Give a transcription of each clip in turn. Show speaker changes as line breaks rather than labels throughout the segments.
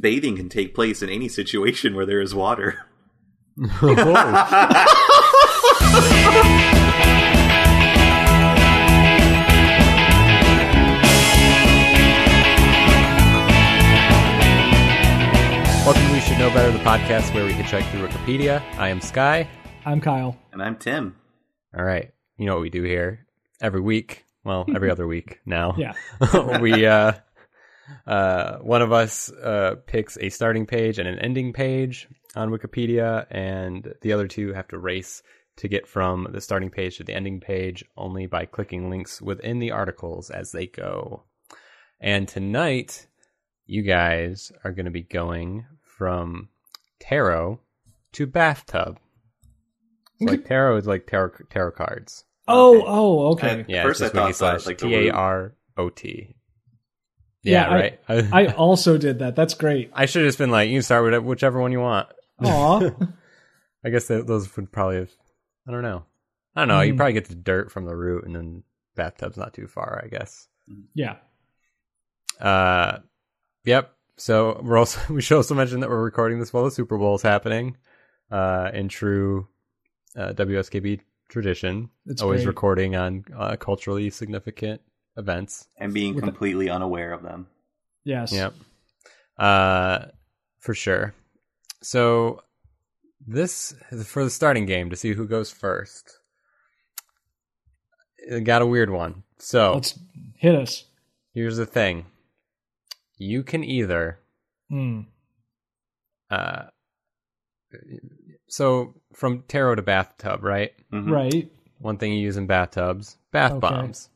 bathing can take place in any situation where there is water.
Welcome to We Should Know Better, the podcast where we hitchhike through Wikipedia. I am Sky.
I'm Kyle.
And I'm Tim.
All right, you know what we do here every week. Well, every other week now.
Yeah.
we uh, uh, one of us uh, picks a starting page and an ending page on Wikipedia, and the other two have to race to get from the starting page to the ending page only by clicking links within the articles as they go. And tonight, you guys are going to be going from tarot to bathtub. So like tarot is like tarot tarot cards.
Oh,
Okay.
uh,
oh, okay.
And-
Yeah,
First
it's just
I thought
wiki
so, I was
slash
like, the
T A R O T.
Yeah,
Yeah,
I-
right. I,
I also did that. That's great.
should have just been like, you can start with whichever one you want.
Aw.
I guess that those would probably have. I don't know. I don't know. You
Mm.
probably get the dirt from the root, and then bathtub's not too far, I guess.
yeah.
Uh, yep. So we're also we should also mention that we're recording this while the Super Bowl is happening. Uh, in true uh, WSKB tradition,
It's
always
great.
recording on uh, culturally significant events.
And being
With-
completely unaware of them.
Yes.
Yep. Uh, for sure. So this is for the starting game to see who goes first. It got a weird one. So
Oh. Let's hit us.
here's the thing: you can either.
Mm.
Uh, so from tarot to bathtub, right?
Mhm.
Right.
One thing you use in bathtubs: bath
Okay.
bombs.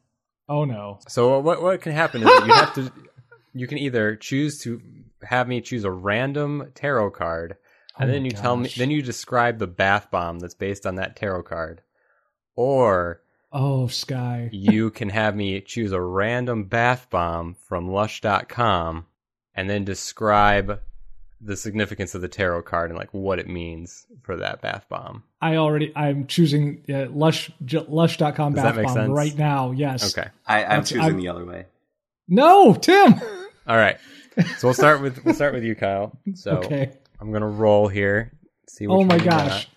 Oh no.
So what what can happen is that you have to you can either choose to have me choose a random tarot card and
Oh
then
my
you tell me
gosh.
then you describe the bath bomb that's based on that tarot card or
Oh, Sky.
you can have me choose a random bath bomb from lush.com and then describe the significance of the tarot card and like what it means for that bath bomb.
I already. I'm choosing uh, lush. J- lush.com
Does that
bath
make
bomb
sense?
right now. Yes.
Okay.
I, I'm
That's-
choosing
I'm-
the other way.
No, Tim.
All right. So we'll start with we'll start with you, Kyle. So
okay.
I'm gonna roll here. See.
Oh
which
my
one you got.
gosh.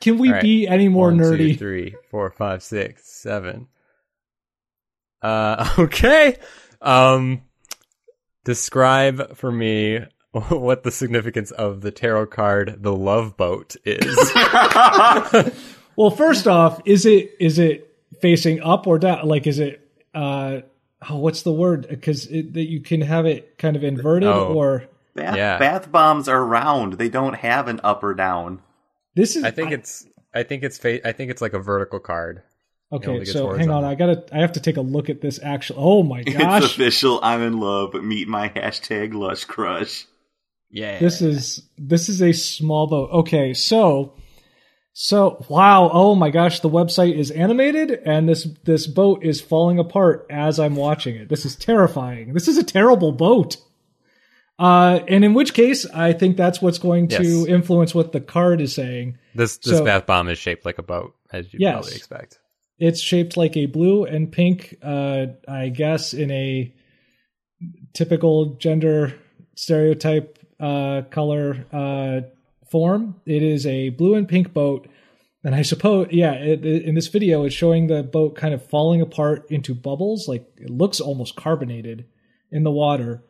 Can we
All right.
be any more
One, two,
nerdy?
three, four, five, six, seven. Uh, okay. Um, describe for me what the significance of the tarot card, the Love Boat, is.
Well, first off, is it is it facing up or down? Like, is it uh, oh, what's the word? Because that you can have it kind of inverted,
Oh.
or
Bath,
Yeah.
bath bombs are round. They don't have an up or down.
this is.
I think it's. I think it's. Fa- I think it's like a vertical card. only
okay.
gets
So
words
hang
on
on, I gotta. I have to take a look at this. Actually, oh my
It's
gosh,
official. I'm in love. Meet my hashtag lush crush.
Yeah.
this is this is a small boat. Okay, so so wow, oh my gosh, the website is animated, and this this boat is falling apart as I'm watching it. This is terrifying. This is a terrible boat. Uh, and in which case, I think that's what's going
Yes.
to influence what the card is saying.
this this
so-
bath bomb is shaped like a boat, as you
Yes.
probably expect.
it's shaped like a blue and pink uh i guess in a typical gender stereotype uh color uh form it is a blue and pink boat and i suppose yeah it, it- in this video it's showing the boat kind of falling apart into bubbles like it looks almost carbonated in the water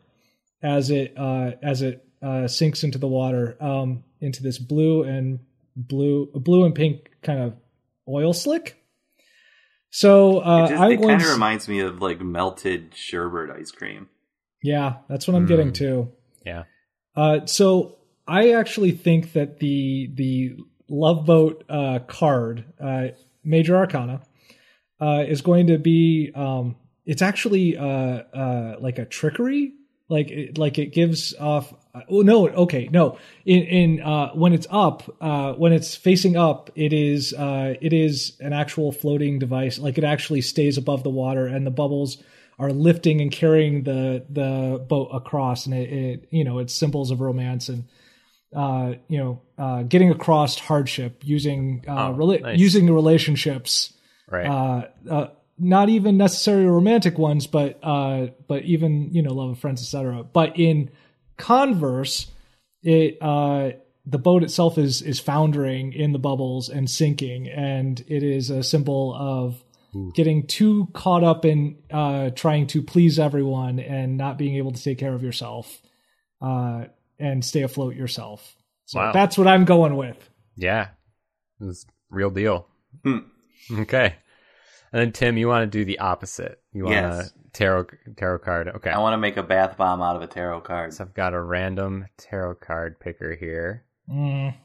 as it uh as it uh sinks into the water um into this blue and blue blue and pink kind of oil slick so uh,
it just,
I'm
it
going
kind of
to,
reminds me of like melted sherbet ice cream.
yeah, that's what I'm
Mm.
getting to.
Yeah.
Uh, so I actually think that the the Love Boat uh, card, uh, Major Arcana, uh, is going to be. Um, it's actually uh, uh, like a trickery. Like it, like it gives off. Oh no! Okay, no. In in uh, when it's up, uh, when it's facing up, it is uh, it is an actual floating device. Like it actually stays above the water, and the bubbles are lifting and carrying the the boat across, and it, it you know it's symbols of romance and uh, you know uh, getting across hardship using uh,
Oh,
rela-
nice.
using relationships
Right.
uh, uh, not even necessarily romantic ones, but uh, but even you know love of friends, etc. But in Converse, it uh, the boat itself is is foundering in the bubbles and sinking, and it is a symbol of getting too caught up in uh, trying to please everyone and not being able to take care of yourself uh, and stay afloat yourself. So
Wow.
that's what I'm going with.
Yeah, it was real deal.
Hmm.
Okay, and then Tim, you want to do the opposite? You want to
Yes.
tarot tarot card? Okay,
I want to make a bath bomb out of a tarot card.
so I've got a random tarot card picker here.
Mm.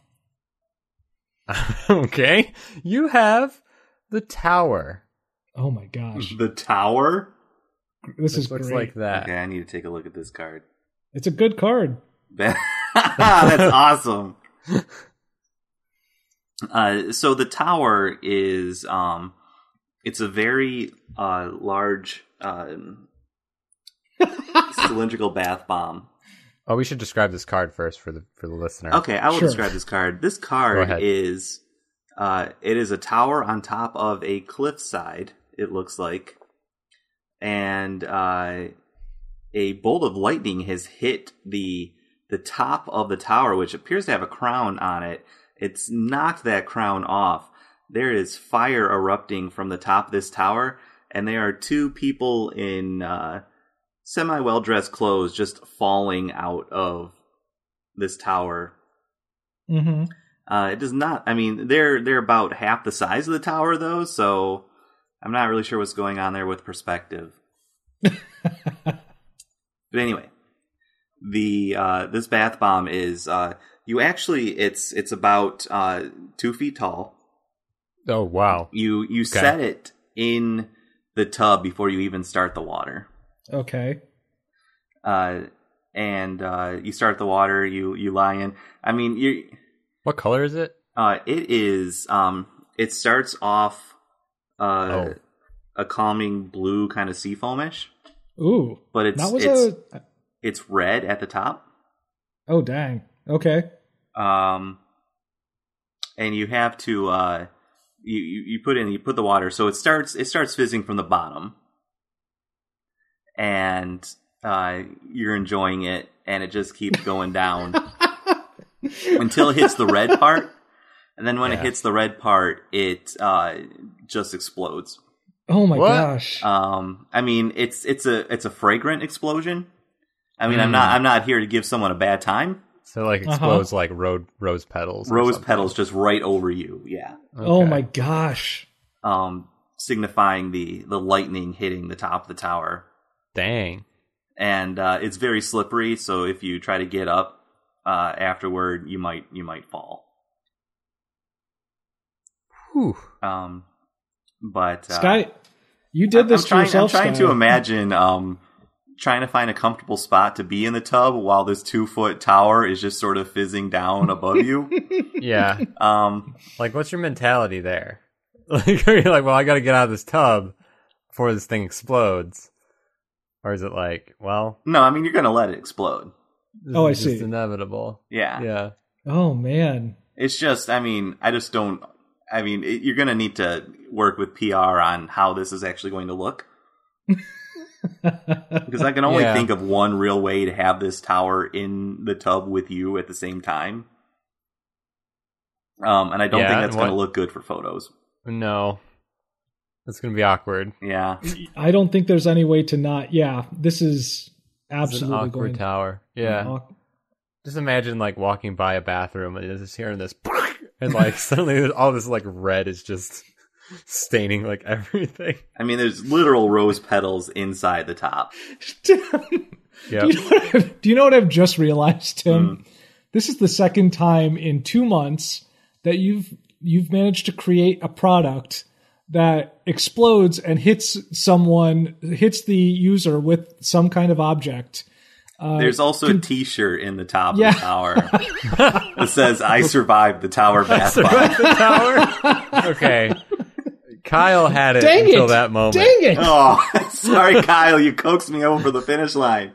okay, you have the Tower.
Oh my gosh,
The tower.
this is
looks
great.
like that.
Okay, I need to take a look at this card.
It's a good card.
That- That's awesome. Uh, so the tower is um, it's a very uh, large um, cylindrical bath bomb.
Oh, we should describe this card first for the for the listener.
Okay, I will
Sure.
describe this card. This
Go
card
ahead.
is uh, it is a tower on top of a cliffside. It looks like, and uh, a bolt of lightning has hit the the top of the tower, which appears to have a crown on it. It's knocked that crown off. There is fire erupting from the top of this tower, and there are two people in uh, semi well dressed clothes just falling out of this tower
hmm
uh, it does not. I mean, they're they're about half the size of the tower, though. So I'm not really sure what's going on there with perspective. But anyway, the uh, this bath bomb is uh, you actually it's it's about uh, two feet tall.
Oh wow.
You you set it in the tub before you even start the water.
okay.
Uh, and uh, you start the water. You you lie in. I mean, you
What color is it?
Uh, it is. Um, it starts off uh,
Oh.
a calming blue kind of sea foamish,
Ooh,
but it's
that was
it's
a.
it's red at the top.
Oh dang. Okay.
Um, and you have to uh, you, you you put in you put the water, so it starts it starts fizzing from the bottom, and uh, you're enjoying it, and it just keeps going down. until it hits the red part. And then when
Yeah.
it hits the red part, it uh, just explodes.
Oh my
What?
gosh.
Um, I mean, it's it's a it's a fragrant explosion. I mean, I'm
Mm.
not I'm not here to give someone a bad time.
So like
Uh-huh.
explodes like rode, rose petals. or
Rose
something.
petals just right over you, yeah.
Oh
Okay.
my gosh.
Um, signifying the the lightning hitting the top of the tower,
Dang.
and uh, it's very slippery. So if you try to get up uh, afterward, you might you might fall.
Whew.
Um, but uh,
Sky, you did
I'm-
this
I'm
to
trying,
yourself.
I'm trying
Sky.
to imagine um, trying to find a comfortable spot to be in the tub while this two foot tower is just sort of fizzing down above you.
Yeah.
Um,
like, what's your mentality there? Like, are you like, well, I got to get out of this tub before this thing explodes, or is it like, well,
no, I mean you're gonna let it explode.
this
Oh,
is
I
just
see.
inevitable.
Yeah,
Yeah.
Oh man.
it's just. I mean, I just don't. I mean, it, you're gonna need to work with PR on how this is actually going to look because I can only
Yeah.
think of one real way to have this tower in the tub with you at the same time. Um, and I don't
Yeah,
think that's
and what-
going to look good for photos.
No, that's gonna be awkward.
Yeah,
I don't think there's any way to not. Yeah, this is
It's an
absolutely
awkward
going.
tower. Yeah.
Awk-
Just imagine like walking by a bathroom and just hearing this, and like suddenly there's all this like red is just staining like everything.
I mean, there's literal rose petals inside the top.
Yeah.
do, you know what I've, do you know what I've just realized, Tim? This is the second time in two months that you've you've managed to create a product that explodes and hits someone, hits the user with some kind of object.
Uh,
There's also a T-shirt in the top
Yeah.
of the tower that says "I survived the tower bath bomb."
Survive the tower. Okay. Kyle had it
Dang
until
it!
that moment.
Dang it!
Oh, sorry, Kyle, you coaxed me over the finish line.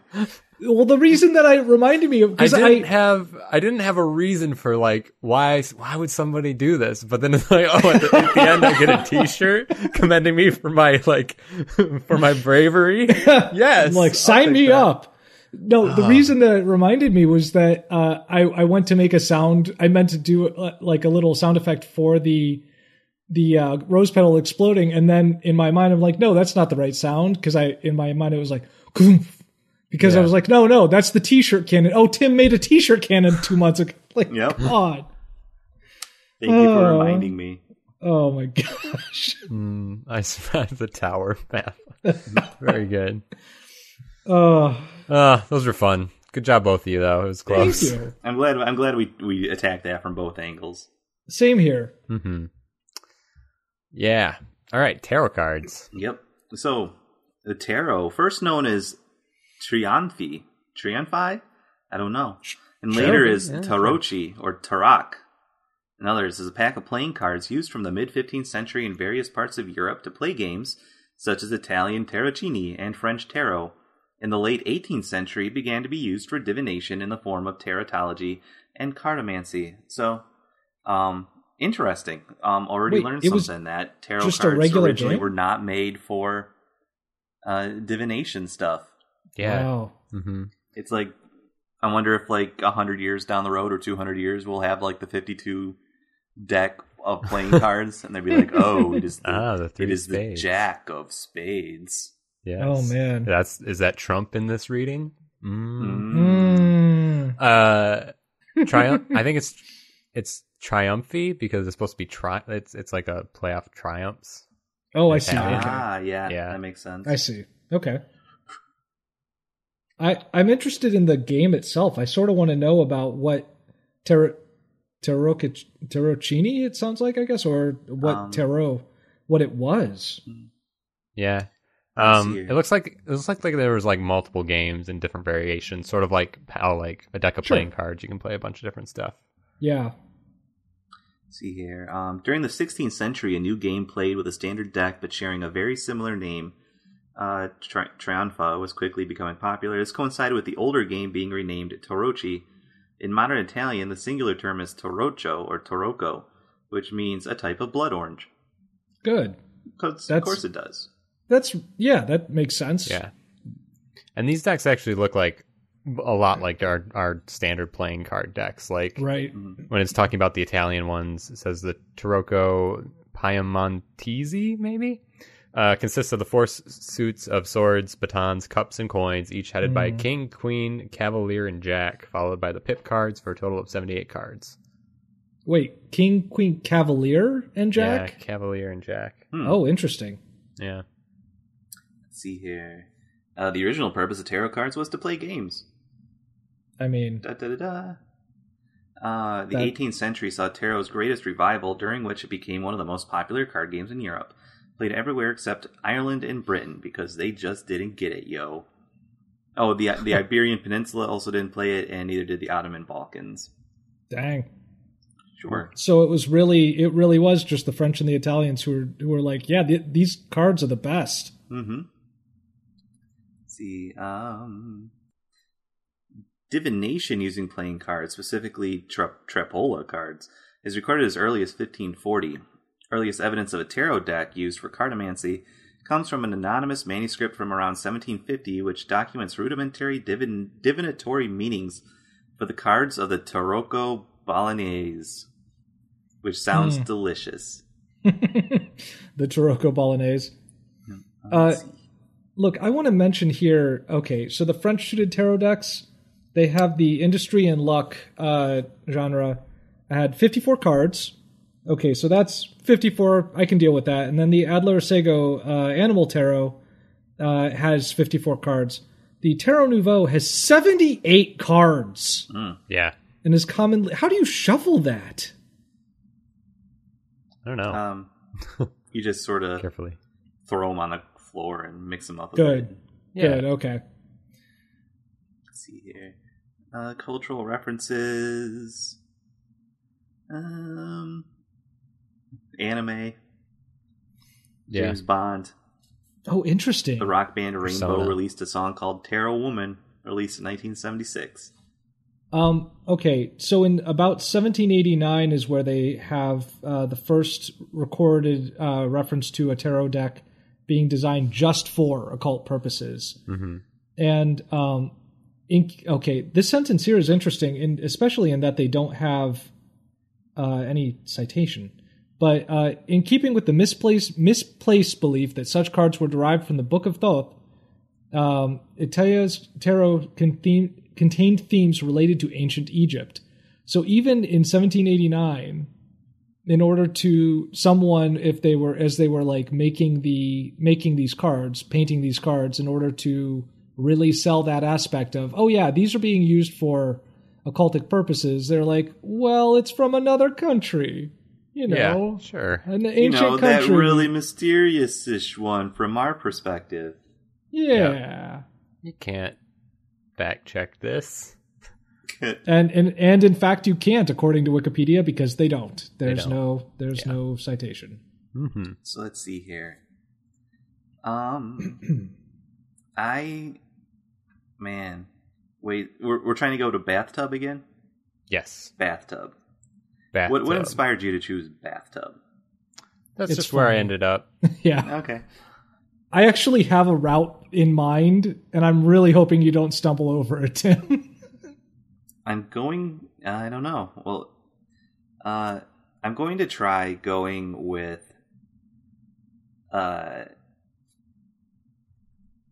Well, the reason that I reminded me of
I
because I,
didn't have I didn't have a reason for like why why would somebody do this? But then it's like oh at the, at the end I get a T-shirt commending me for my like for my bravery. Yes,
like
I'll
sign
take
me
that. Uh-huh.
up. No, the
Oh.
reason that it reminded me was that uh, I I went to make a sound. I meant to do uh, like a little sound effect for the the uh, rose petal exploding, and then in my mind I'm like, no, that's not the right sound because I in my mind it was like. "Koomph," Because I
Yeah.
was like, no, no, that's the T-shirt cannon. Oh, Tim made a T-shirt cannon two months ago. Like,
Yep.
God,
Thank you for
Oh.
reminding me.
oh my gosh.
Mm, I survived the tower map. Very good.
Oh,
Uh, those were fun. Good job, both of you, though. It was
thank
close.
you.
I'm glad. I'm glad we we attacked that from both angles.
Same here.
hmm Yeah. All right. Tarot cards.
Yep. So the tarot, first known as Trianfi, Trianfi, I don't know, and
Sure.
later is
Yeah.
Tarochi or Tarak. In others, is a pack of playing cards used from the mid 15th century in various parts of Europe to play games such as Italian Tarocchini and French tarot. In the late 18th century, began to be used for divination in the form of tarotology and cartomancy. So, um, interesting. Um, already
Wait,
learned
it was
something that tarot
just a
cards
regular
originally
game?
were not made for uh, divination stuff.
Yeah.
Wow.
hmm
It's like I wonder if like hundred years down the road or two hundred years we'll have like the fifty-two deck of playing cards, and they'd be like, "Oh, it is the,
Ah, the three
it is
spades.
the Jack of Spades."
Yes.
Oh man.
That's is that Trump in this reading? Mm.
Mm.
Mm.
Uh, triumph. I think it's it's triumphy because it's supposed to be tri. It's it's like a play off triumphs.
Oh, I see. Okay.
Ah, yeah,
Yeah.
that makes sense.
I see. Okay. I I'm interested in the game itself. I sort of want to know about what tarot tarot tarocchini it sounds like I guess or what
Um,
tarot what it was.
Yeah.
Let's see
Um,
here.
it looks like it looks like, like there was like multiple games and different variations, sort of like how like a deck of
Sure.
playing cards you can play a bunch of different stuff.
Yeah.
see here. Um, during the 16th century, a new game played with a standard deck but sharing a very similar name, uh, Tri- Triumpha, was quickly becoming popular. This coincided with the older game being renamed Torochi. In modern Italian, the singular term is Torocho or Torocco, which means a type of blood orange.
Good.
'Cause of
That's-
course it does.
That's yeah, that makes sense.
Yeah. And these decks actually look like a lot like our our standard playing card decks. Like
Right.
Mm-hmm.
when it's talking about the Italian ones, it says the Tarocco Piemontese, maybe? Uh, consists of the four s- suits of swords, batons, cups, and coins, each headed by
Hmm.
king, queen, cavalier, and jack, followed by the pip cards for a total of 78 cards.
Wait, king, queen, cavalier and jack?
Yeah, cavalier and jack.
Hmm.
Oh, interesting.
Yeah.
Let's see here. Uh, the original purpose of tarot cards was to play games.
I mean,
Da, da, da, da. Uh, the
That-
18th century saw tarot's greatest revival, during which it became one of the most popular card games in Europe. Played everywhere except Ireland and Britain because they just didn't get it, yo. Oh, the the Iberian Peninsula also didn't play it, and neither did the Ottoman Balkans.
dang.
Sure.
So it was really it really was just the French and the Italians who were who were like, yeah, th- these cards are the best.
Mm-hmm. see, um, divination using playing cards, specifically tra- Trapola cards, is recorded as early as 1540. Earliest evidence of a tarot deck used for cartomancy comes from an anonymous manuscript from around 1750, which documents rudimentary divin- divinatory meanings for the cards of the Tarocco Bolognese, which sounds
Hmm.
delicious.
the Tarocco Bolognese. Uh, look, I want to mention here. Okay, so the French suited tarot decks, they have the industry and luck uh, genre. I had 54 cards. Okay, so that's 54. I can deal with that. And then the Adler Sego uh, Animal Tarot uh, has 54 cards. The Tarot Nouveau has 78 cards
Yeah.
and is commonly. How do you shuffle that?
I don't know.
Uh,
Um, you just sort of
Carefully.
throw them on the floor and mix them up. A
Good.
Bit.
Yeah.
Good. Okay.
Let's see here. Uh, cultural references. Um, anime.
Yeah.
James Bond.
Oh, interesting.
The rock band Rainbow
Persona.
released a song called "Tarot Woman," released in 1976.
Um, okay, so in about 1789 is where they have uh, the first recorded uh, reference to a tarot deck being designed just for occult purposes.
Mm-hmm.
And um, Inc- okay, this sentence here is interesting, and especially in that they don't have uh, any citation. But uh, in keeping with the misplaced misplaced belief that such cards were derived from the Book of Thoth, um, Italia's tarot con- theme- contained themes related to ancient Egypt. So even in 1789, in order to someone, if they were as they were like making the making these cards, painting these cards, in order to really sell that aspect of, oh yeah, these are being used for occultic purposes. They're like, well, it's from another country, you know,
yeah, sure.
an ancient
you know that
country.
really mysterious-ish one from our perspective.
yeah.
You can't fact check this.
and and and in fact you can't according to wikipedia because they don't
They
there's
don't.
no there's
Yeah.
no citation
Mm-hmm.
So let's see here. Um, I, man, wait, we're we're trying to go to bathtub again.
Yes.
Bathtub.
Bathtub.
What what inspired you to choose bathtub?
That's
It's
just where I
fine.
ended up.
yeah
Okay.
i actually have a route in mind and i'm really hoping you don't stumble over it tim
I'm going. I don't know. Well, uh, I'm going to try going with uh,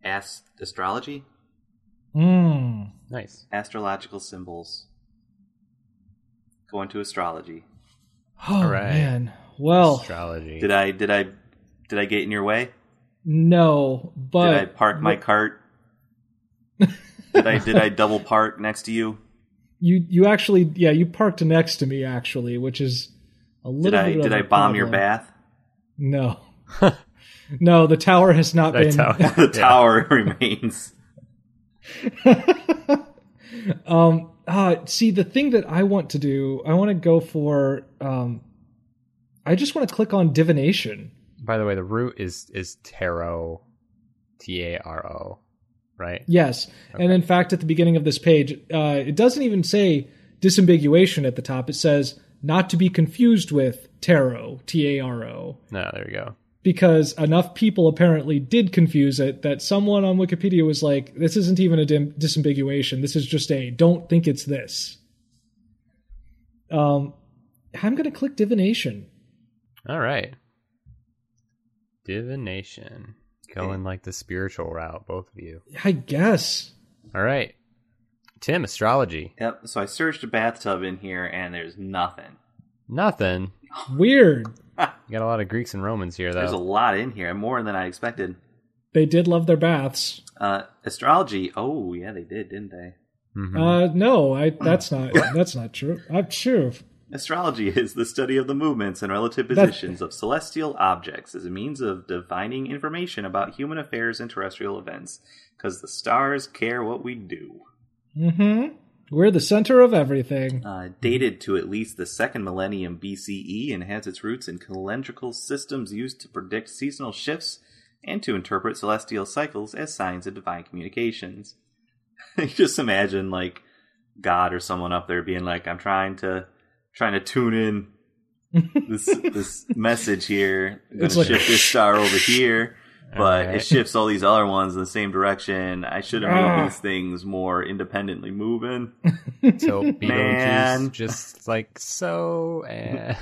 ast- astrology,
mm.
Nice.
astrological symbols. Going to astrology.
oh
All right.
man well
Astrology.
Did I? Did I? Did I get in your way?
no but
did I park my cart? did I? Did I double park next to you?
you you actually yeah you parked next to me actually which is a
Did
little
I?
bit of
Did
a
I bomb your
problem.
bath?
no no the tower has not
That
been
tower.
The
Yeah.
tower remains.
um uh see the thing that i want to do i want to go for um i just want to click on divination
By the way, the root is is tarot, T A R O, right?
yes and in fact at the beginning of this page uh it doesn't even say disambiguation at the top it says not to be confused with tarot t-a-r-o
No, there you go.
because enough people apparently did confuse it that someone on wikipedia was like this isn't even a dim- disambiguation this is just a don't think it's this um i'm going to click divination
All right. Divination. Going like the spiritual route, both of you.
I guess.
All right. Tim, astrology.
Yep. So I searched a bathtub in here, and there's nothing.
Nothing.
Weird.
You got a lot of Greeks and Romans here,
There's a
though.
lot in here, more than I expected.
They did love their baths.
Uh, astrology. Oh yeah, they did, didn't they?
Mhm.
Uh, no, I, that's not that's not true. I'm sure.
Astrology is the study of the movements and relative
That's-
positions of celestial objects as a means of divining information about human affairs and terrestrial events, because the stars care what we do.
Mm-hmm. We're the center of everything.
Uh, dated to at least the second millennium BCE and has its roots in calendrical systems used to predict seasonal shifts and to interpret celestial cycles as signs of divine communications. you just imagine like God or someone up there being like, "I'm trying to trying to tune in this this message here. I'm gonna
It's like-
shift this star over here." But
Alright.
it shifts all these other ones in the same direction. I should have
Ah.
moved these things more independently moving.
So Beetlejuice
Man.
just like so and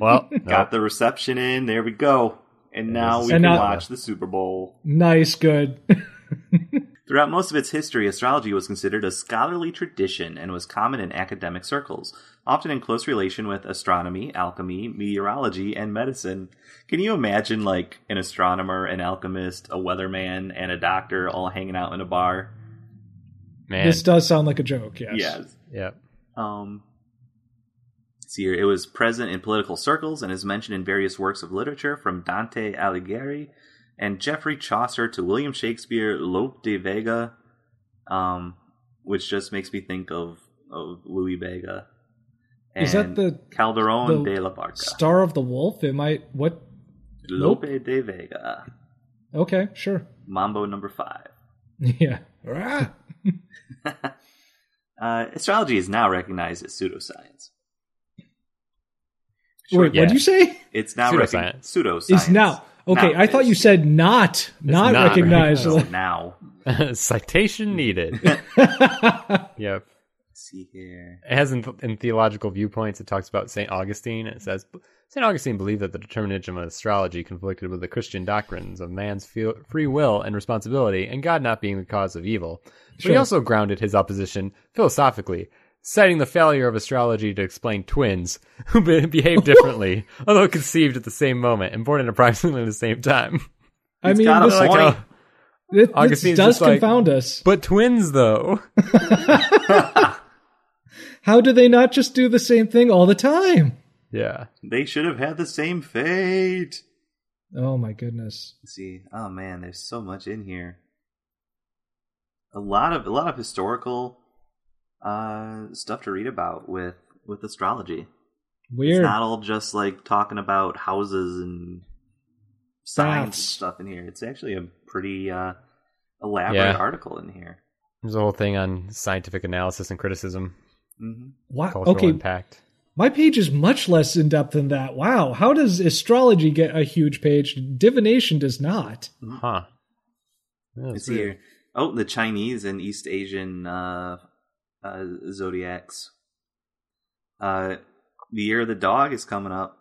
well
Got the reception in. There we go. And now
this
we
is
can
And now-
watch the Super Bowl.
Nice, good.
Throughout most of its history, astrology was considered a scholarly tradition and was common in academic circles, often in close relation with astronomy, alchemy, meteorology, and medicine. Can you imagine, like, an astronomer, an alchemist, a weatherman, and a doctor all hanging out in a bar?
man.
this does sound like a joke. Yes.
Yes.
Yep.
Um, let's see here. It was present in political circles and is mentioned in various works of literature, from Dante Alighieri and Geoffrey Chaucer to William Shakespeare, Lope de Vega, um, which just makes me think of of Louis Vega. And
Is that the-
Calderon
the
de la Barca?
Star of the Wolf. It might. What?
Lope de Vega,
Okay, sure.
Mambo number five.
Yeah. Ah.
Uh, astrology is now recognized as pseudoscience.
Wait, what
yeah.
would you say?
It's now
Pseudoscience.
recognized. Pseudoscience.
Is now Okay,
Not
I thought you
this.
said not not,
not
recognized.
So now,
Citation needed. yep.
let's see here.
It has in, in theological viewpoints, it talks about St. Augustine. It says, St. Augustine believed that the determinism of astrology conflicted with the Christian doctrines of man's fe- free will and responsibility and God not being the cause of evil. But he
Sure.
also grounded his opposition philosophically, citing the failure of astrology to explain twins who be- behave differently, although conceived at the same moment and born at approximately the same time.
I mean,
got a
this,
point. Boy.
Like, oh,
this- this
Augustine's
does
just like-
confound us.
but twins, though.
How do they not just do the same thing all the time?
yeah.
They should have had the same fate.
Oh my goodness.
Let's see. Oh man, there's so much in here. A lot of a lot of historical uh, stuff to read about with with astrology.
Weird.
It's not all just like talking about houses and signs and
Baths.
stuff in here. It's actually a pretty uh, elaborate
Yeah.
article in here.
There's a whole thing on scientific analysis and criticism,
hmm
Wow.
cultural
Okay,
impact.
my page is much less in depth than that. Wow. How does astrology get a huge page? Divination does not.
Huh. Yeah,
It's
it's weird.
here. Oh, the Chinese and East Asian uh, uh, zodiacs. Uh, the year of the dog is coming up.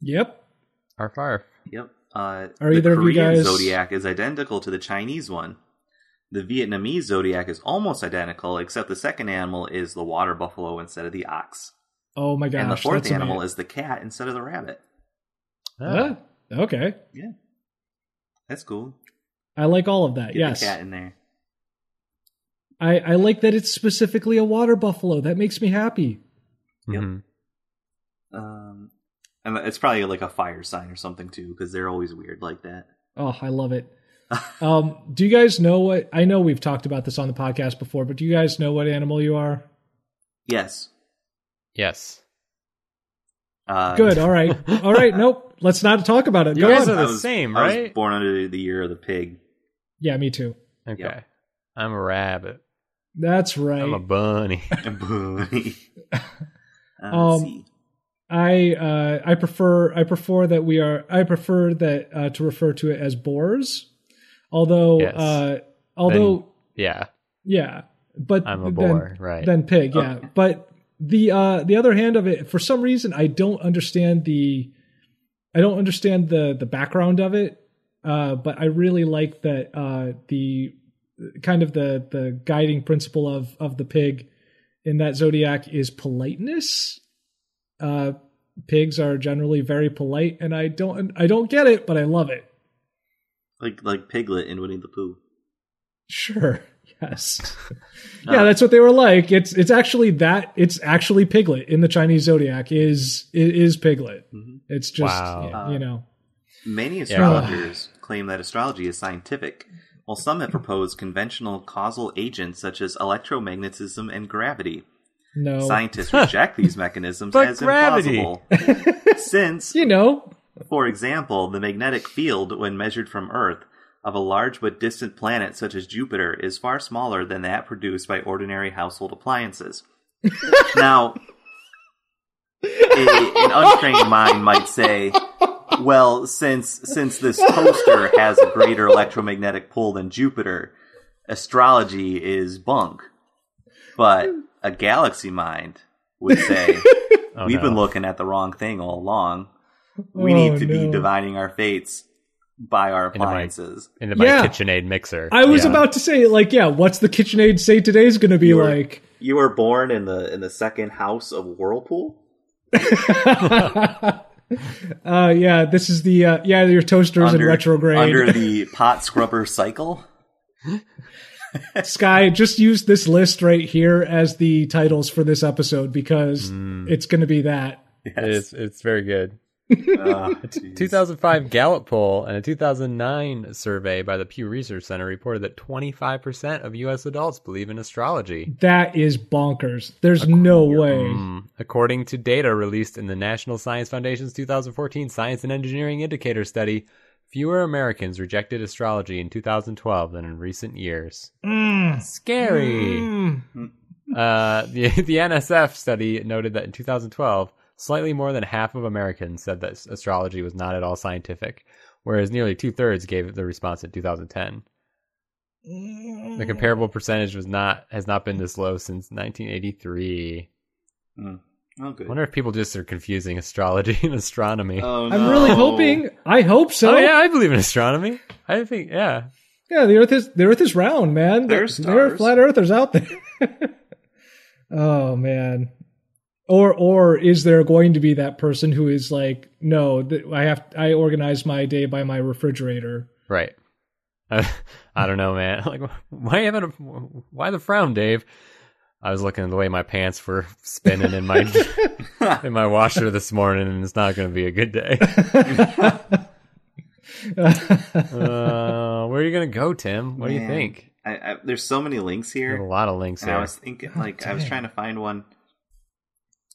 Yep.
Arf arf.
Yep. Uh,
Are
the
either of you
Korean
guys-
zodiac is identical to the Chinese one. The Vietnamese zodiac is almost identical, except the second animal is the water buffalo instead of the ox,
Oh my gosh.
and the fourth
that's
animal
amazing.
is the cat instead of the rabbit.
Ah.
Ah, okay.
That's cool.
I like all of that.
Get
yes.
the cat in there.
I, I like that it's specifically a water buffalo. That makes me happy.
Yep.
Mhm.
Um, and it's probably like a fire sign or something too, because they're always weird like that.
Oh, I love it. um, do you guys know what? I know we've talked about this on the podcast before, but do you guys know what animal you are?
Yes.
Yes.
Uh,
Good. All right. All right. Nope. Let's not talk about it.
You
Go
guys
on.
are-
I
the
was-
same,
I was
right?
born under the year of the pig.
Yeah, me too.
Okay.
Yep.
I'm a rabbit.
That's right.
I'm a bunny.
Booty. Uh,
Um,
let's see.
I uh, I prefer I prefer that we are I prefer that uh, to refer to it as boars, although
Yes.
uh, although
yeah.
yeah, but
I'm a
then-
boar. right.
than pig. Yeah,
Okay.
but the uh, the other hand of it, for some reason, I don't understand the I don't understand the the background of it. Uh, but I really like that uh, the kind of the the guiding principle of of the pig in that zodiac is politeness. Uh, pigs are generally very polite, and I don't I don't get it, but I love it.
like like Piglet in Winnie the Pooh.
Sure. Yes.
Uh,
yeah, that's what they were like. It's it's actually that it's actually Piglet in the Chinese zodiac is it is Piglet.
Mhm.
It's just
Wow.
y- you know.
Many
Yeah.
astrologers claim that astrology is scientific, while some have proposed conventional causal agents such as electromagnetism and gravity.
No.
Scientists reject these mechanisms
Oh. But
as
gravity.
implausible. Since,
You know.
for example, the magnetic field, when measured from Earth, of a large but distant planet such as Jupiter is far smaller than that produced by ordinary household appliances. now, a, an untrained mind might say, well, since since this toaster has a greater electromagnetic pull than Jupiter, astrology is bunk. But a galaxy mind would say,
Oh,
we've
no.
been looking at the wrong thing all along. We need
Oh,
to be
no.
dividing our fates by our
Into my-
appliances.
into my
Yeah.
KitchenAid mixer.
I was
Yeah.
about to say like yeah, what's the KitchenAid say today's going to be
You were-
like?
You were born in the in the second house of Whirlpool.
Uh yeah, this is the uh, yeah, your toaster is in retrograde.
under the pot scrubber cycle.
Sky, just use this list right here as the titles for this episode because
Hmm.
it's going to be that.
It's it's very good.
Ah, jeez.
2005 Gallup poll and a 2009 survey by the Pew Research Center reported that 25% of U.S. adults believe in astrology.
That is bonkers. There's no way.
Mm. According to data released in the National Science Foundation's 2014 Science and Engineering Indicator Study, fewer Americans rejected astrology in 2012 than in recent years. Mm. Scary.
Mm.
Uh, the, the NSF study noted that in 2012, slightly more than half of Americans said that astrology was not at all scientific, whereas nearly two thirds gave the response in 2010. The
Mm.
comparable percentage was not has not been this low since 1983.
Oh,
I
good.
wonder if people just are confusing astrology and astronomy.
Oh,
I'm really
no.
hoping. I hope so.
oh yeah, I believe in astronomy. I think yeah.
Yeah, the Earth is the Earth is round, man.
There are
There, there are
stars.
flat Earthers out there. oh man. Or or is there going to be that person who is like, no, th- I have I organize my day by my refrigerator.
Right. I, I don't know, man. Like, why haven't? A, why the frown, Dave? I was looking at the way my pants were spinning in my in my washer this morning, and it's not going to be a good day.
Mm-hmm.
Uh, where are you going to go, Tim? What do you
Man.
think?
I, I, there's so many links
There's a
here.
lot of links
And I
here.
was thinking, like, I was
dang.
trying to find one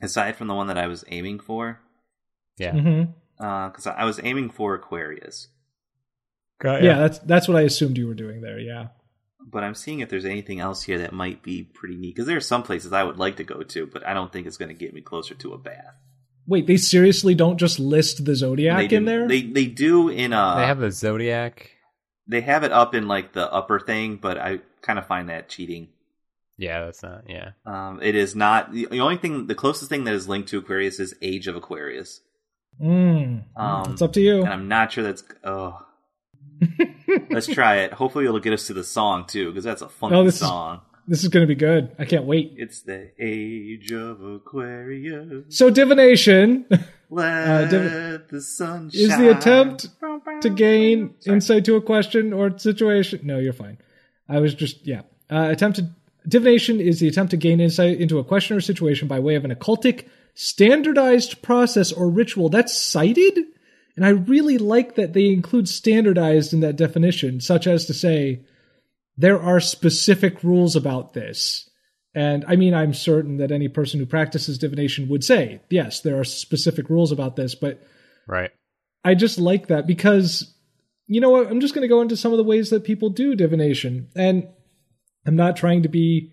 aside from the one that I was aiming for,
Yeah.
hmm
because I was aiming for Aquarius.
Got
yeah. that's that's what I assumed you were doing there. Yeah.
But I'm seeing if there's anything else here that might be pretty neat. Because there are some places I would like to go to, but I don't think it's going to get me closer to a bath.
Wait, they seriously don't just list the
they
zodiac
do,
in there?
They they do in uh
They have the zodiac.
they have it up in like the upper thing, but I kind of find that cheating.
Yeah, that's not. Yeah.
Um, it is not the the only thing. The closest thing that is linked to Aquarius is Age of Aquarius,
Mm.
Um,
it's up to you.
and I'm not sure that's. Oh, let's try it. Hopefully, it'll get us to the song too, because that's a funky
Oh, this is-
song.
This is going to be good. I can't wait.
It's the Age of Aquarius.
So divination
Let
div-
the sun shine.
Uh, is the attempt to gain insight to a question or situation. No, you're fine. I was just yeah. Uh, attempted divination is the attempt to gain insight into a question or situation by way of an occultic standardized process or ritual. That's cited, and I really like that they include standardized in that definition, such as to say there are specific rules about this. And I mean, I'm certain that any person who practices divination would say, yes, there are specific rules about this, but
Right.
I just like that because you know what? I'm just going to go into some of the ways that people do divination, and I'm not trying to be,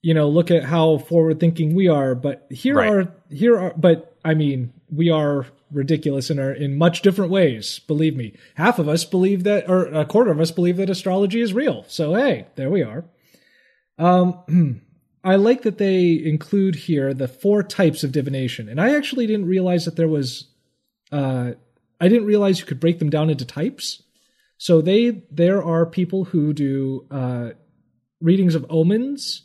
you know, look at how forward thinking we are, but here
Right.
are here are, but I mean, we are ridiculous in our in much different ways. Believe me, half of us believe that, or a quarter of us believe that astrology is real. So hey, there we are. Um, I like that they include here the four types of divination, and I actually didn't realize that there was. Uh, I didn't realize you could break them down into types. So they there are people who do uh, readings of omens.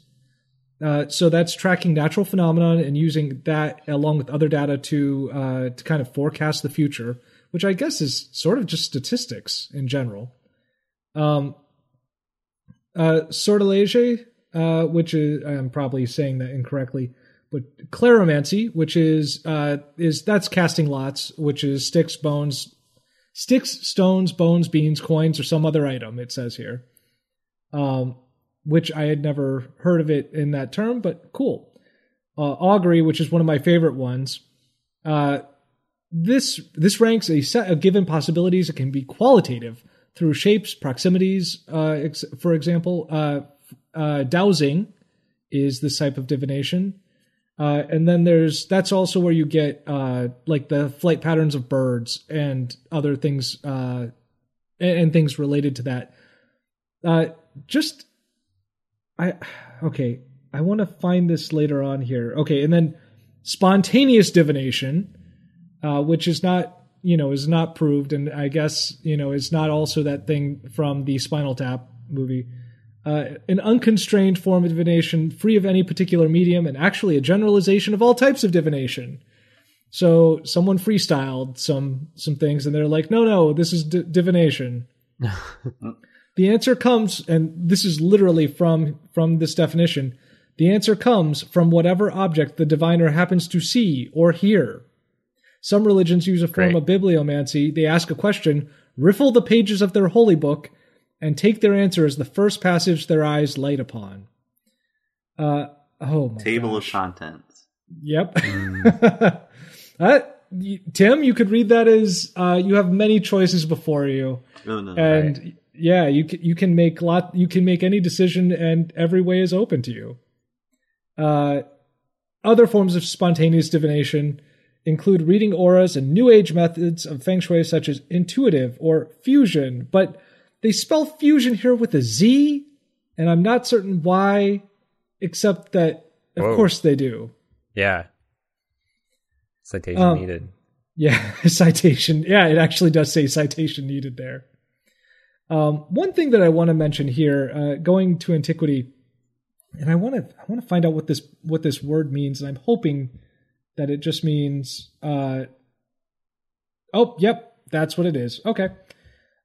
Uh, so that's tracking natural phenomenon and using that along with other data to uh, to kind of forecast the future, which I guess is sort of just statistics in general. Um, uh, sortilege, uh, which is I'm probably saying that incorrectly, but claromancy, which is uh, is that's casting lots, which is sticks, bones, sticks, stones, bones, beans, coins, or some other item. It says here, um, which I had never heard of it in that term, but cool. Uh, augury, which is one of my favorite ones. Uh, this this ranks a set of given possibilities that can be qualitative through shapes, proximities. Uh, ex- for example, uh, uh, dowsing is this type of divination, uh, and then there's that's also where you get uh, like the flight patterns of birds and other things uh, and, and things related to that. Uh, just I okay. I want to find this later on here. Okay, and then spontaneous divination uh, which is not you know is not proved and i guess you know is not also that thing from the spinal tap movie uh, an unconstrained form of divination free of any particular medium and actually a generalization of all types of divination so someone freestyled some some things and they're like no no this is d- divination the answer comes and this is literally from from this definition the answer comes from whatever object the diviner happens to see or hear some religions use a form
Great.
of bibliomancy. They ask a question, riffle the pages of their holy book, and take their answer as the first passage their eyes light upon. Uh, oh my
Table
gosh.
of contents.
Yep. Uh, y- Tim, you could read that as uh, you have many choices before you,
Oh no.
and yeah, you can, you can make lot you can make any decision, and every way is open to you. Uh, other forms of spontaneous divination include reading auras and new age methods of feng shui such as intuitive or fusion, but they spell fusion here with a Z, and I'm not certain why, except that of
Whoa.
course they do.
Yeah. Citation
Um,
needed.
Yeah, citation. Yeah, it actually does say citation needed there. Um, one thing that I want to mention here, uh, going to antiquity, and I want to I want to find out what this what this word means, and I'm hoping that it just means. Uh, oh, yep, that's what it is. Okay.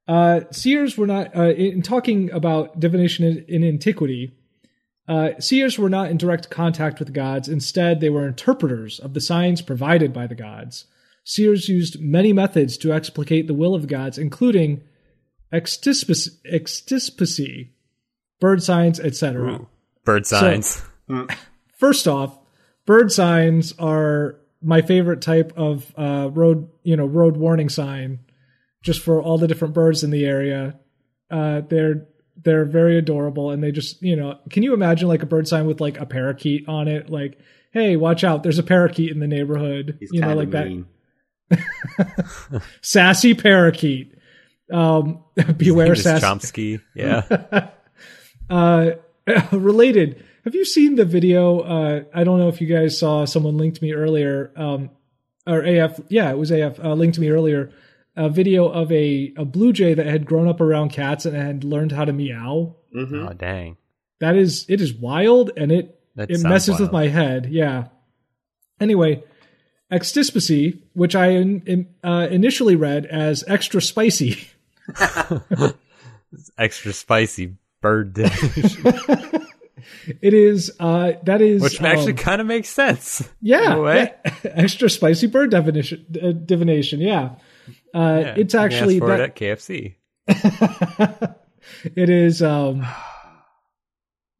Uh, seers were not uh, in in talking about divination in, in antiquity. Uh, seers were not in direct contact with the gods. Instead, they were interpreters of the signs provided by the gods. Seers used many methods to explicate the will of the gods, including extispacy, extispacy bird signs, etc.
Bird signs.
First off, bird signs are my favorite type of uh, road, you know, road warning sign, just for all the different birds in the area. Uh, they're they're very adorable, and they just, you know, can you imagine like a bird sign with like a parakeet on it, like, hey, watch out, there's a parakeet in the neighborhood,
He's
you know,
kind
like
of
that
mean.
sassy parakeet. Um, beware,
Just
sassy.
Chomsky. Yeah.
Mm-hmm. Uh, related. Have you seen the video? Uh, I don't know if you guys saw. Someone linked me earlier. Um, or AF. Yeah, it was AF. Uh, linked me earlier. A video of a a blue jay that had grown up around cats and had learned how to meow.
Mhm.
Oh dang.
That is, it is wild, and it
That
it
sounds
messes
wild.
with my head. Yeah. Anyway, extispacy, which I in, in, uh, initially read as extra spicy.
extra spicy bird dish.
It is uh, that is
Which actually
um,
kind of makes sense.
yeah,
in a way.
yeah. extra spicy bird definition uh, divination. Yeah, uh,
Yeah,
it's
you can
actually
ask for it
that
at KFC.
it is um,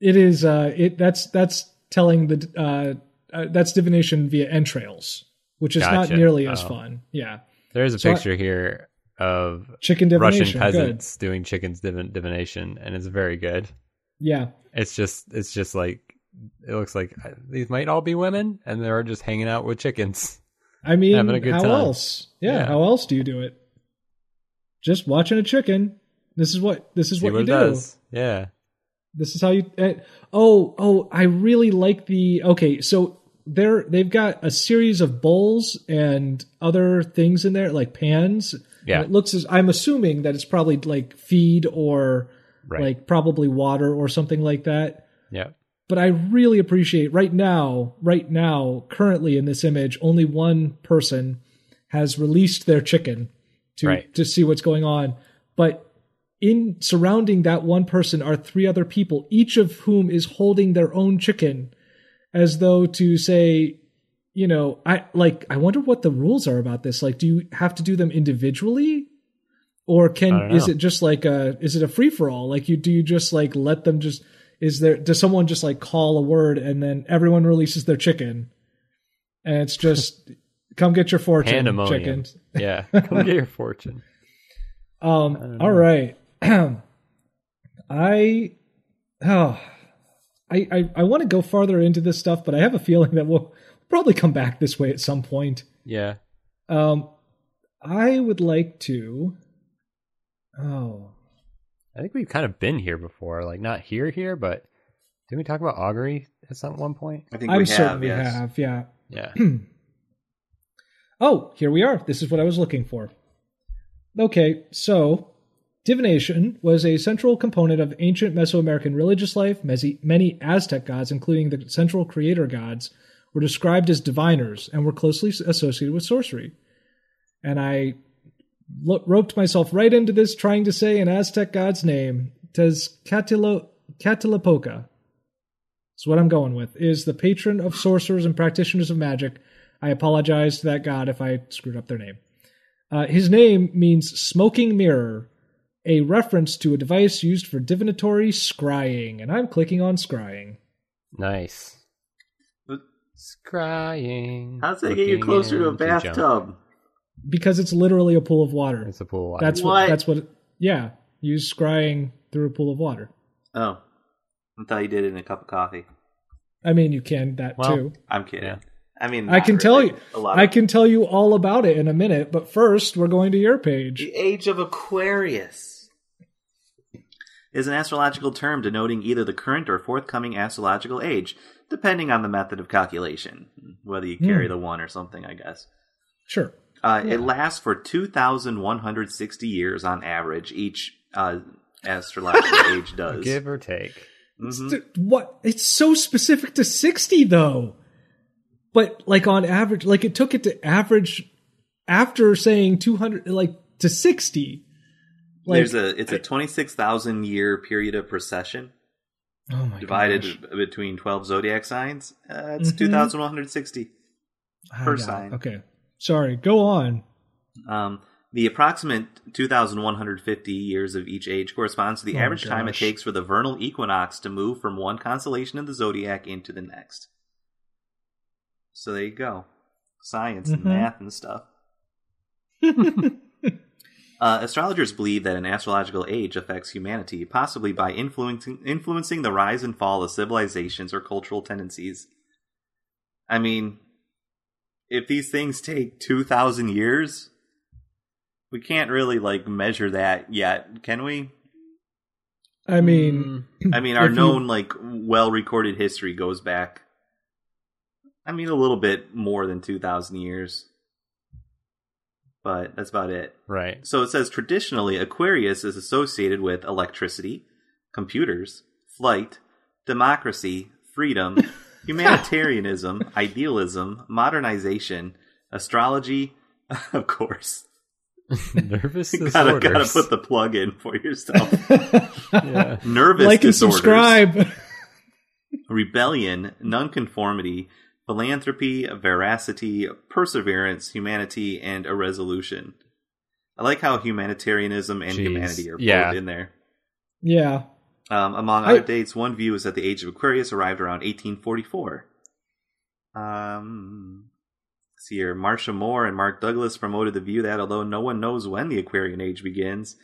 it is uh, it that's that's telling the uh, uh, that's divination via entrails, which is
Gotcha.
not nearly as
Oh.
fun. Yeah,
There's a
So I-
picture here of
chicken
Russian
divination. Good.
peasants doing chickens divin- divination, and it's very good.
Yeah,
It's just it's just like it looks like uh, these might all be women, and they're just hanging out with chickens.
I mean,
Having a good
how
time.
else? Yeah,
Yeah.
how else do you do it? Just watching a chicken. This is what this is
See
what,
what
you
it
do.
does. Yeah,
This is how you. Uh, oh, oh! I really like the. Okay, so they're they've got a series of bowls and other things in there, like pans. And
Yeah.
it looks as I'm assuming that it's probably like feed or
right.
like probably water or something like that.
yeah,
But I really appreciate right now, right now, currently in this image, only one person has released their chicken to
Right.
to see what's going on. But in surrounding that one person are three other people, each of whom is holding their own chicken, as though to say, you know, I like I wonder what the rules are about this. Like, do you have to do them individually? Or
I
can
don't
is
know.
it just like a is it a free for all? Like you do you just like let them just is there does someone just like call a word and then everyone releases their chicken? And it's just come get your fortune
Pandemonium.
chickens.
yeah. Come get your fortune.
Um, all right. I, oh, I, I, I want to go farther into this stuff, but I have a feeling that we'll probably come back this way at some point.
Yeah,
Um, I would like to. Oh,
I think we've kind of been here before. Like not here, here, but didn't we talk about augury at some one point?
I think
I'm
we
certain
have.
we
Yes.
have. Yeah.
Yeah.
Oh, here we are. This is what I was looking for. Okay, so divination was a central component of ancient Mesoamerican religious life. Mezi- Many Aztec gods, including the central creator gods, were described as diviners and were closely associated with sorcery. And I lo- roped myself right into this trying to say an Aztec god's name. Tezcatlipoca. Catalipoca. That's what I'm going with. Is the patron of sorcerers and practitioners of magic. I apologize to that god if I screwed up their name. Uh, his name means smoking mirror, a reference to a device used for divinatory scrying. And I'm clicking on scrying.
Nice.
But-
It's crying.
How does that get you
looking
closer to a
into jump.
bathtub?
Because it's literally a pool of water.
It's a pool. of water.
That's what,
What?
that's what yeah. Use scrying through a pool of water.
Oh, I thought you did it in a cup of coffee.
I mean you can that
Well,
too.
I'm kidding.
Yeah.
I mean,
I
not
can tell
really.
you-
a lot.
I
of-
can tell you all about it in a minute, but first we're going to your page.
The age of Aquarius is an astrological term denoting either the current or forthcoming astrological age, depending on the method of calculation, whether you
Hmm.
carry the one or something, I guess.
Sure.
Uh, It lasts for 2,160 years on average, each uh, astrological age does.
Give or take.
Mhm.
Th- What? It's so specific to 60 though. But like on average, like it took it to average after saying 200 like to 60. Like
There's a it's a 26,000 year period of precession
oh my
divided
gosh.
between 12 zodiac signs. Uh, it's
Mhm.
2,160.
I
per
got it.
sign.
Okay. Sorry. Go on.
Um, the approximate 2,150 years of each age corresponds to the
Oh,
average time it
gosh.
takes for the vernal equinox to move from one constellation of the zodiac into the next. So there you go. Science
Mhm.
and math and stuff. Uh, astrologers believe that an astrological age affects humanity, possibly by influencing influencing the rise and fall of civilizations or cultural tendencies. I mean, if these things take two thousand years, we can't really like measure that yet, can we?
I mean,
Mm. I mean, our
If you-
known like well recorded history goes back. I mean, a little bit more than two thousand years, but that's about it.
right.
So it says traditionally, Aquarius is associated with electricity, computers, flight, democracy, freedom, humanitarianism, idealism, modernization, astrology. Of course,
Nervous
gotta,
disorders.
gotta put the plug in for yourself.
yeah.
Nervous
like and
disorders,
subscribe.
rebellion, nonconformity, philanthropy, veracity, perseverance, humanity, and irresolution. I like how humanitarianism and
Jeez.
humanity are both
Yeah.
in there.
yeah.
Um, among
I-
other dates, one view is that the age of Aquarius arrived around 1844. Um, let's see here, Marcia Moore and Mark Douglas promoted the view that although no one knows when the Aquarian age begins,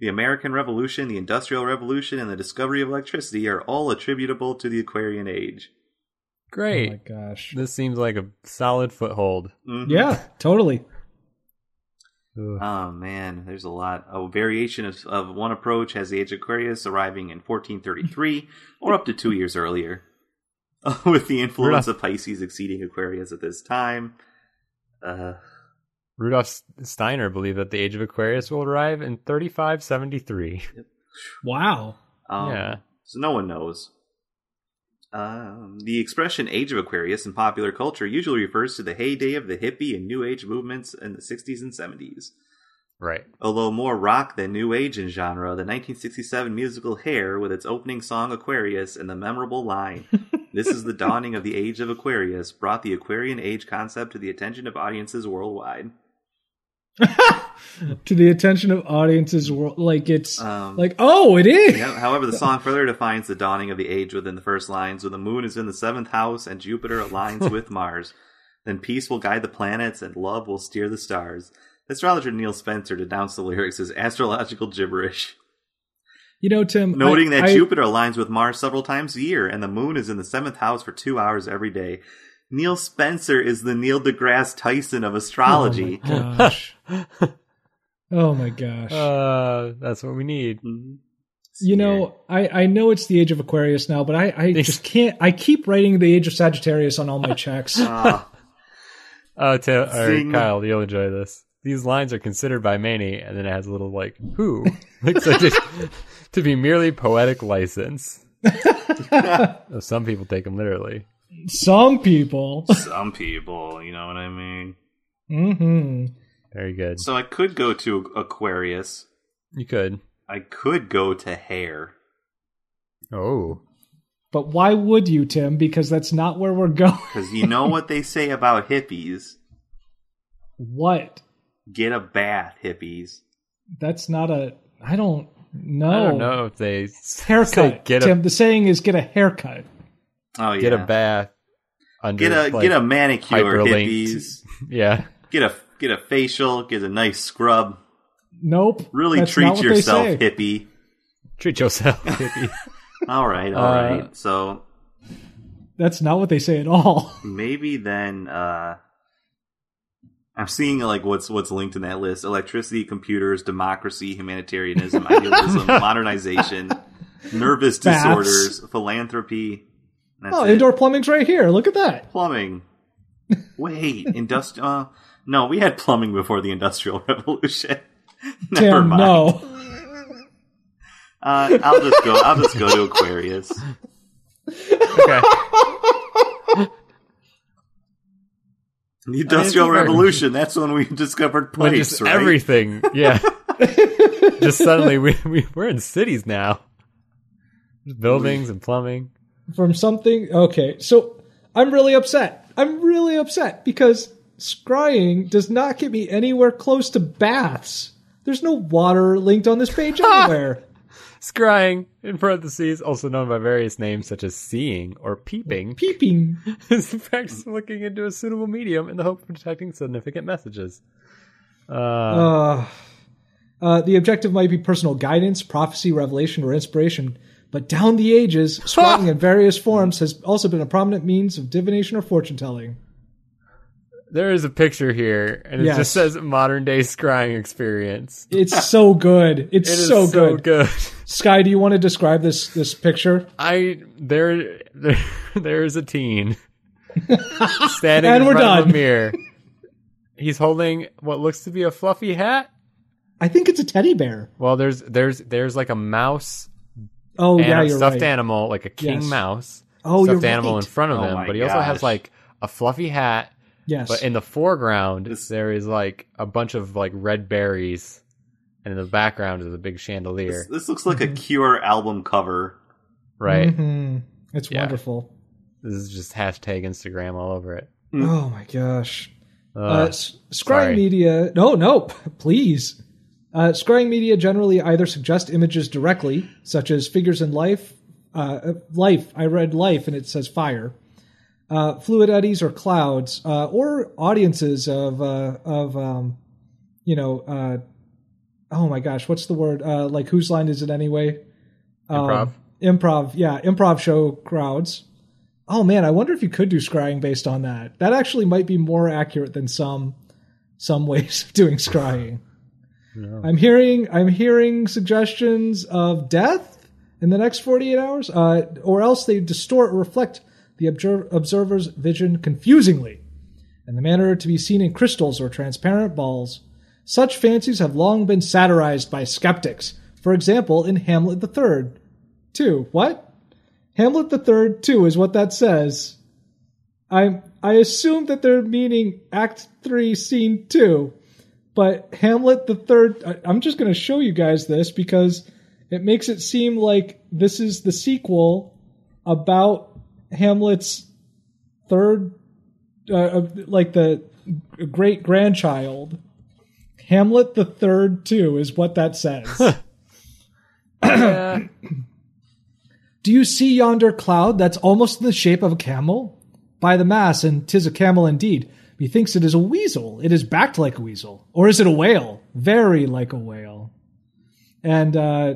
the American Revolution, the Industrial Revolution, and the discovery of electricity are all attributable to the Aquarian age.
Great.
Oh my gosh.
this seems like a solid foothold.
Mhm.
Yeah, totally.
Ugh.
Oh man, there's a lot. A variation of, of one approach has the age of Aquarius arriving in 1433, or up to two years earlier, with the influence of Pisces exceeding Aquarius at this time. Uh,
Rudolf Steiner believed that the age of Aquarius will arrive in 3573.
Wow.
um,
yeah.
So no one knows. Um, the expression "age of Aquarius" in popular culture usually refers to the heyday of the hippie and New Age movements in the 60s and 70s.
Right.
Although more rock than new age in genre, the 1967 musical Hair, with its opening song Aquarius and the memorable line, This is the dawning of the age of Aquarius, brought the Aquarian age concept to the attention of audiences worldwide.
to the attention of audiences world like it's
Um,
like oh it is
yeah, however, the song further defines the dawning of the age within the first lines when the moon is in the seventh house and Jupiter aligns with Mars. Then peace will guide the planets and love will steer the stars. Astrologer Neil Spencer denounced the lyrics as astrological gibberish.
you know tim
Noting
I-
that
I-
Jupiter aligns with Mars several times a year, and the moon is in the seventh house for two hours every day. Neil Spencer is the Neil deGrasse Tyson of astrology.
oh my gosh oh my gosh
Uh, that's what we need.
Mhm.
you know I, I know it's the age of aquarius now but i, I
Thanks.
just can't i keep writing the age of sagittarius on all my checks
Ah,
Oh, to, or
Zing.
Kyle, you'll enjoy this. These lines are considered by many, and then it has a little like who, like so just, to be merely poetic license. Though Some people take them literally.
some people
some people, you know what I mean?
hmm
Very good.
So I could go to Aquarius.
You could.
I could go to Hair.
Oh,
but why would you tim because that's not where we're going
Because you know what they say about hippies?
what
Get a bath, hippies.
that's not a i don't know
I don't know if they s-
Oh. haircut
say get
tim
a
the saying is get a haircut
Oh, yeah.
get a bath. Under,
Get a,
like,
get a manicure,
hyperlinked.
hippies.
yeah.
Get a, get a facial. Get a nice scrub.
Nope.
Really
That's not
treat
what they
yourself,
say.
hippie.
Treat yourself. hippie.
All right, all
Uh,
right. So
that's not what they say at all.
Maybe then uh I'm seeing like what's what's linked in that list: electricity, computers, democracy, humanitarianism, idealism, modernization, nervous
Bats.
disorders, philanthropy. That's
oh,
it.
indoor plumbing's right here. Look at that.
plumbing. Wait, industrial? Uh, no, we had plumbing before the industrial revolution. Never
Tim,
mind.
no.
Uh, I'll just go. I'll just go to Aquarius.
Okay.
The industrial
I think-
revolution. That's when we discovered
Well,
place.
just
right?
everything. Yeah. just suddenly we, we we're in cities now. Just buildings and plumbing.
From something. Okay, so I'm really upset. I'm really upset because scrying does not get me anywhere close to baths. There's no water linked on this page anywhere.
Scrying in parentheses, also known by various names such as seeing or peeping,
Peeping.
is the practice of looking into a suitable medium in the hope of detecting significant messages. Uh,
Uh, uh, the objective might be personal guidance, prophecy, revelation, or inspiration. But down the ages, scrying in various forms has also been a prominent means of divination or fortune telling.
there is a picture here, and it
Yes.
just says modern day scrying experience.
It's so good. It's
It is
so,
so
good.
good.
Sky, do you want to describe this this picture?
I there there there's a teen standing
And
in
we're
front of a
done.
mirror. He's holding what looks to be a fluffy hat.
I think it's a teddy bear.
Well, there's there's there's like a mouse
Oh
and
yeah,
a
you're
stuffed
right.
animal, like a king
Yes.
mouse
Oh,
stuffed
you're
animal
right.
in front of
Oh
him,
my
but he also has
gosh.
like a fluffy hat.
Yes.
But in the foreground,
This-
there is like a bunch of like red berries, and in the background is a big chandelier,
This, this looks like a Cure album cover.
right?
Mhm. It's
Yeah.
wonderful.
This is just hashtag Instagram all over it.
Mm.
Oh my gosh.
Ugh.
Uh, s-
sorry.
scrying media. No, no, please. Uh, scrying media generally either suggest images directly, such as figures in life. Uh, uh, life. I read life, and it says fire. Uh, fluid eddies or clouds, uh, or audiences of uh, of um, you know. Uh, oh my gosh, what's the word? Uh, like whose line is it anyway? Um,
Improv?
Improv. Yeah, improv show crowds. Oh man, I wonder if you could do scrying based on that. That actually might be more accurate than some some ways of doing scrying.
No.
I'm hearing I'm hearing suggestions of death in the next 48 hours, uh, or else they distort or reflect the objer- observer's vision confusingly, in the manner to be seen in crystals or transparent balls. Such fancies have long been satirized by skeptics. For example, in Hamlet III, two what? Hamlet III two is what that says. I I assume that they're meaning Act three, Scene two, but Hamlet the third. I- I'm just going to show you guys this because it makes it seem like this is the sequel about Hamlet's third, uh, uh, like the great grandchild. Hamlet the third two is what that says.
Yeah.
Do you see yonder cloud that's almost in the shape of a camel? By the mass, and 'tis a camel indeed. Methinks it is a weasel. It is backed like a weasel. Or is it a whale? Very like a whale. And uh,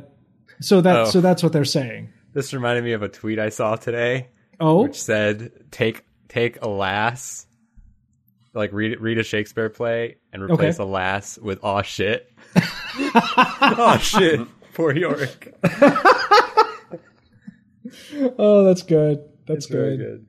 so that
Oh.
so that's what they're saying.
This reminded me of a tweet I saw today,
Oh,
which said, "Take take alas, like read read a Shakespeare play and replace
Okay.
alas with aw shit, aw shit." Poor Yorick.
oh, that's good. That's
Very
good.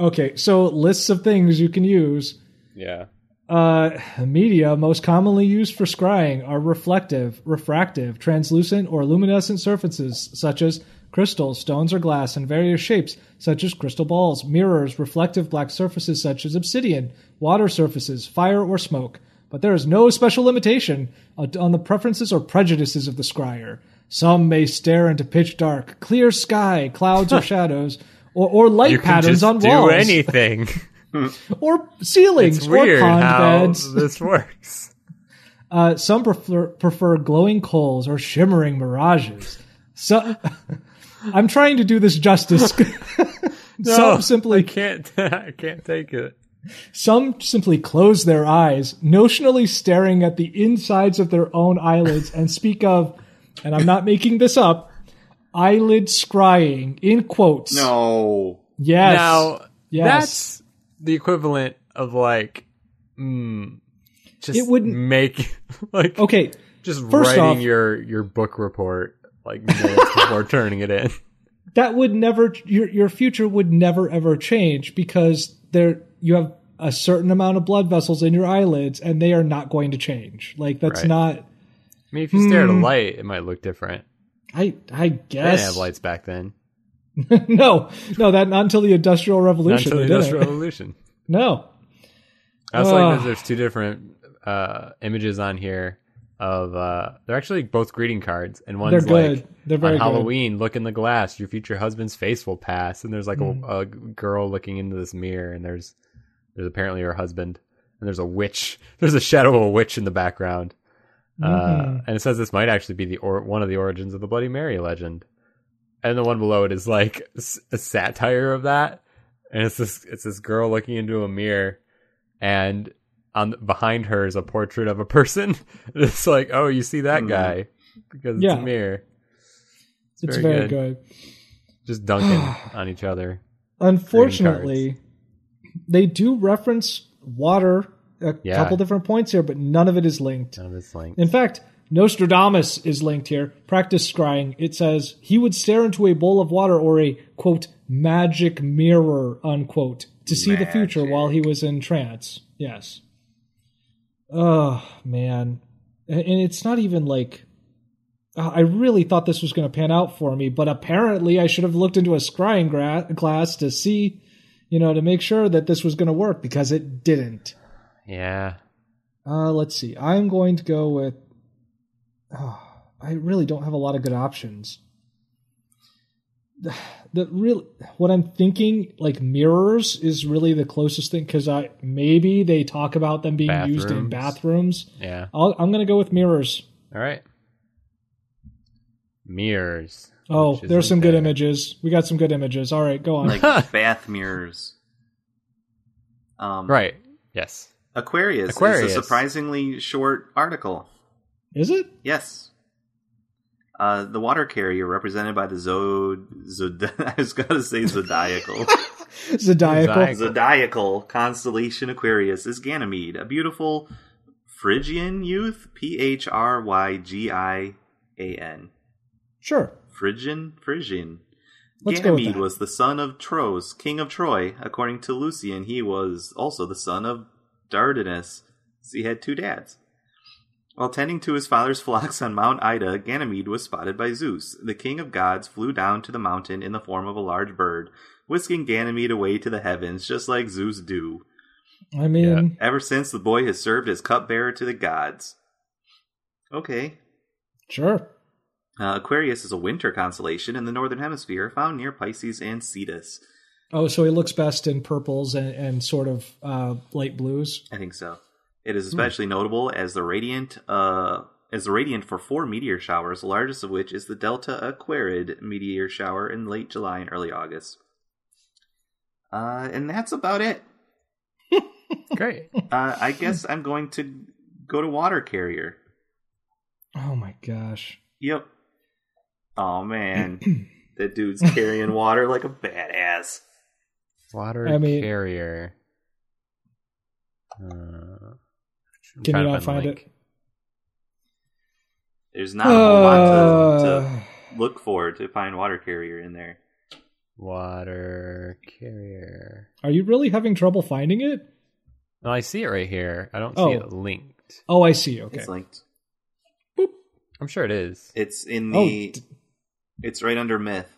Okay, so lists of things you can use.
Yeah.
Uh, media most commonly used for scrying are reflective, refractive, translucent, or luminescent surfaces such as crystals, stones, or glass in various shapes such as crystal balls, mirrors, reflective black surfaces such as obsidian, water surfaces, fire, or smoke. But there is no special limitation on the preferences or prejudices of the scryer. Some may stare into pitch dark, clear sky, clouds, or shadows, or, or light
You can
patterns
just
on
do
walls,
anything.
or ceilings,
It's
or
weird
pond
how
beds.
this works.
Uh, some prefer, prefer glowing coals or shimmering mirages. So, I'm trying to do this justice.
No,
some
I
simply
can't. I can't take it.
some simply close their eyes, notionally staring at the insides of their own eyelids, and speak of, and I'm not making this up, eyelid scrying in quotes.
No,
Yes.
Now
Yes.
that's the equivalent of like, mm, just
It wouldn't-
make like
okay.
just
first
writing
off-
your your book report like minutes before turning it in.
That would never your your future would never ever change because there you have a certain amount of blood vessels in your eyelids and they are not going to change. Like that's
Right.
not
I mean, if you stare at a
Hmm.
light, it might look different.
I
They
I
didn't
guess
have lights back then.
no no that not until the industrial
Not
revolution
until the
they did it.
Industrial Revolution.
no
I also like
Ugh.
that there's two different uh, images on here of uh, they're actually both greeting cards, and one's
they're good
like
they're very
on
good
Halloween, look in the glass, your future husband's face will pass, and there's like
Mm.
a, a girl looking into this mirror, and there's there's apparently her husband, and there's a witch, there's a shadow of a witch in the background,
Mm-hmm.
uh, and it says this might actually be the or- one of the origins of the Bloody Mary legend, and the one below it is like s- a satire of that, and it's this it's this girl looking into a mirror, and on behind her is a portrait of a person. it's like, oh, you see that
Mhm.
guy because it's
Mm. Yeah.
a mirror
it's
very good.
very good.
just dunking on each other.
Unfortunately, they do reference water a
Yeah.
couple different points here, but none of it is linked.
None of it's linked.
In fact, Nostradamus is linked here. Practice scrying. It says he would stare into a bowl of water or a quote magic mirror unquote to see the future while he was in trance. Yes. Oh man, and and it's not even like uh, I really thought this was going to pan out for me, but apparently I should have looked into a scrying gra- glass to see, you know, to make sure that this was going to work because it didn't.
Yeah.
Uh, let's see. I'm going to go with. Oh, I really don't have a lot of good options. The- The real what I'm thinking, like mirrors, is really the closest thing because I maybe they talk about them being used in
Bathrooms.
bathrooms.
Yeah.
I'll, I'm going to go with mirrors.
All right. Mirrors.
Oh,
which is
there's
in
some good
there.
images. We got some good images. All right, go on.
like bath mirrors. Um,
Right. Yes.
Aquarius,
Aquarius.
is a surprisingly short article.
Is it?
Yes. Uh, the water carrier represented by the zod, zod I was gonna say zodiacal
Zodiacal.
Zodiac.
zodiacal constellation Aquarius is Ganymede, a beautiful Phrygian youth. P H R Y G I A N.
Sure.
Phrygian, Phrygian.
Let's go with
Ganymede
that.
was the son of Tros, king of Troy. According to Lucian, he was also the son of Dardanus. So he had two dads. While tending to his father's flocks on Mount Ida, Ganymede was spotted by Zeus. The king of gods flew down to the mountain in the form of a large bird, whisking Ganymede away to the heavens, just like Zeus do.
I mean,
Ever since, the boy has served as cupbearer to the gods. Okay,
sure.
uh, Aquarius is a winter constellation in the northern hemisphere, found near Pisces and Cetus.
Oh, so he looks best in purples and, and sort of uh, light blues.
I think so. It is especially notable as the radiant, uh, as the radiant for four meteor showers, the largest of which is the Delta Aquarid meteor shower in late July and early August. Uh, and that's about it.
Great.
Uh, I guess I'm going to go to water carrier.
Oh my gosh.
Yep. Oh man, that dude's carrying water like a badass.
Water
I mean-
carrier. Uh, I'm
Can you
trying to
not find
the
it?
link.
There's not a whole lot
Uh,
to, to look for to find water carrier in there.
Water carrier.
Are you really having trouble finding it?
No, I see it right here. I don't
Oh.
see it linked.
Oh, I see. Okay.
It's linked.
I'm sure it is.
It's in the.
Oh, d-
it's right under myth.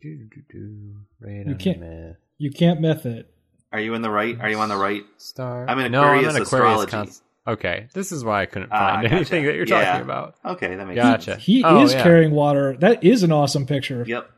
Do, do, do. Right
You
on
can't-
the
you can't myth it.
Are you in the right? Are you on the right?
star.
I'm in
no, I'm in
Aquarius astrology.
cons- okay, this is why I couldn't
Ah,
find
gotcha.
anything that you're
Yeah.
talking about.
Okay, that makes
Gotcha.
sense.
He
Oh,
is
yeah.
carrying water. That is an awesome picture.
Yep.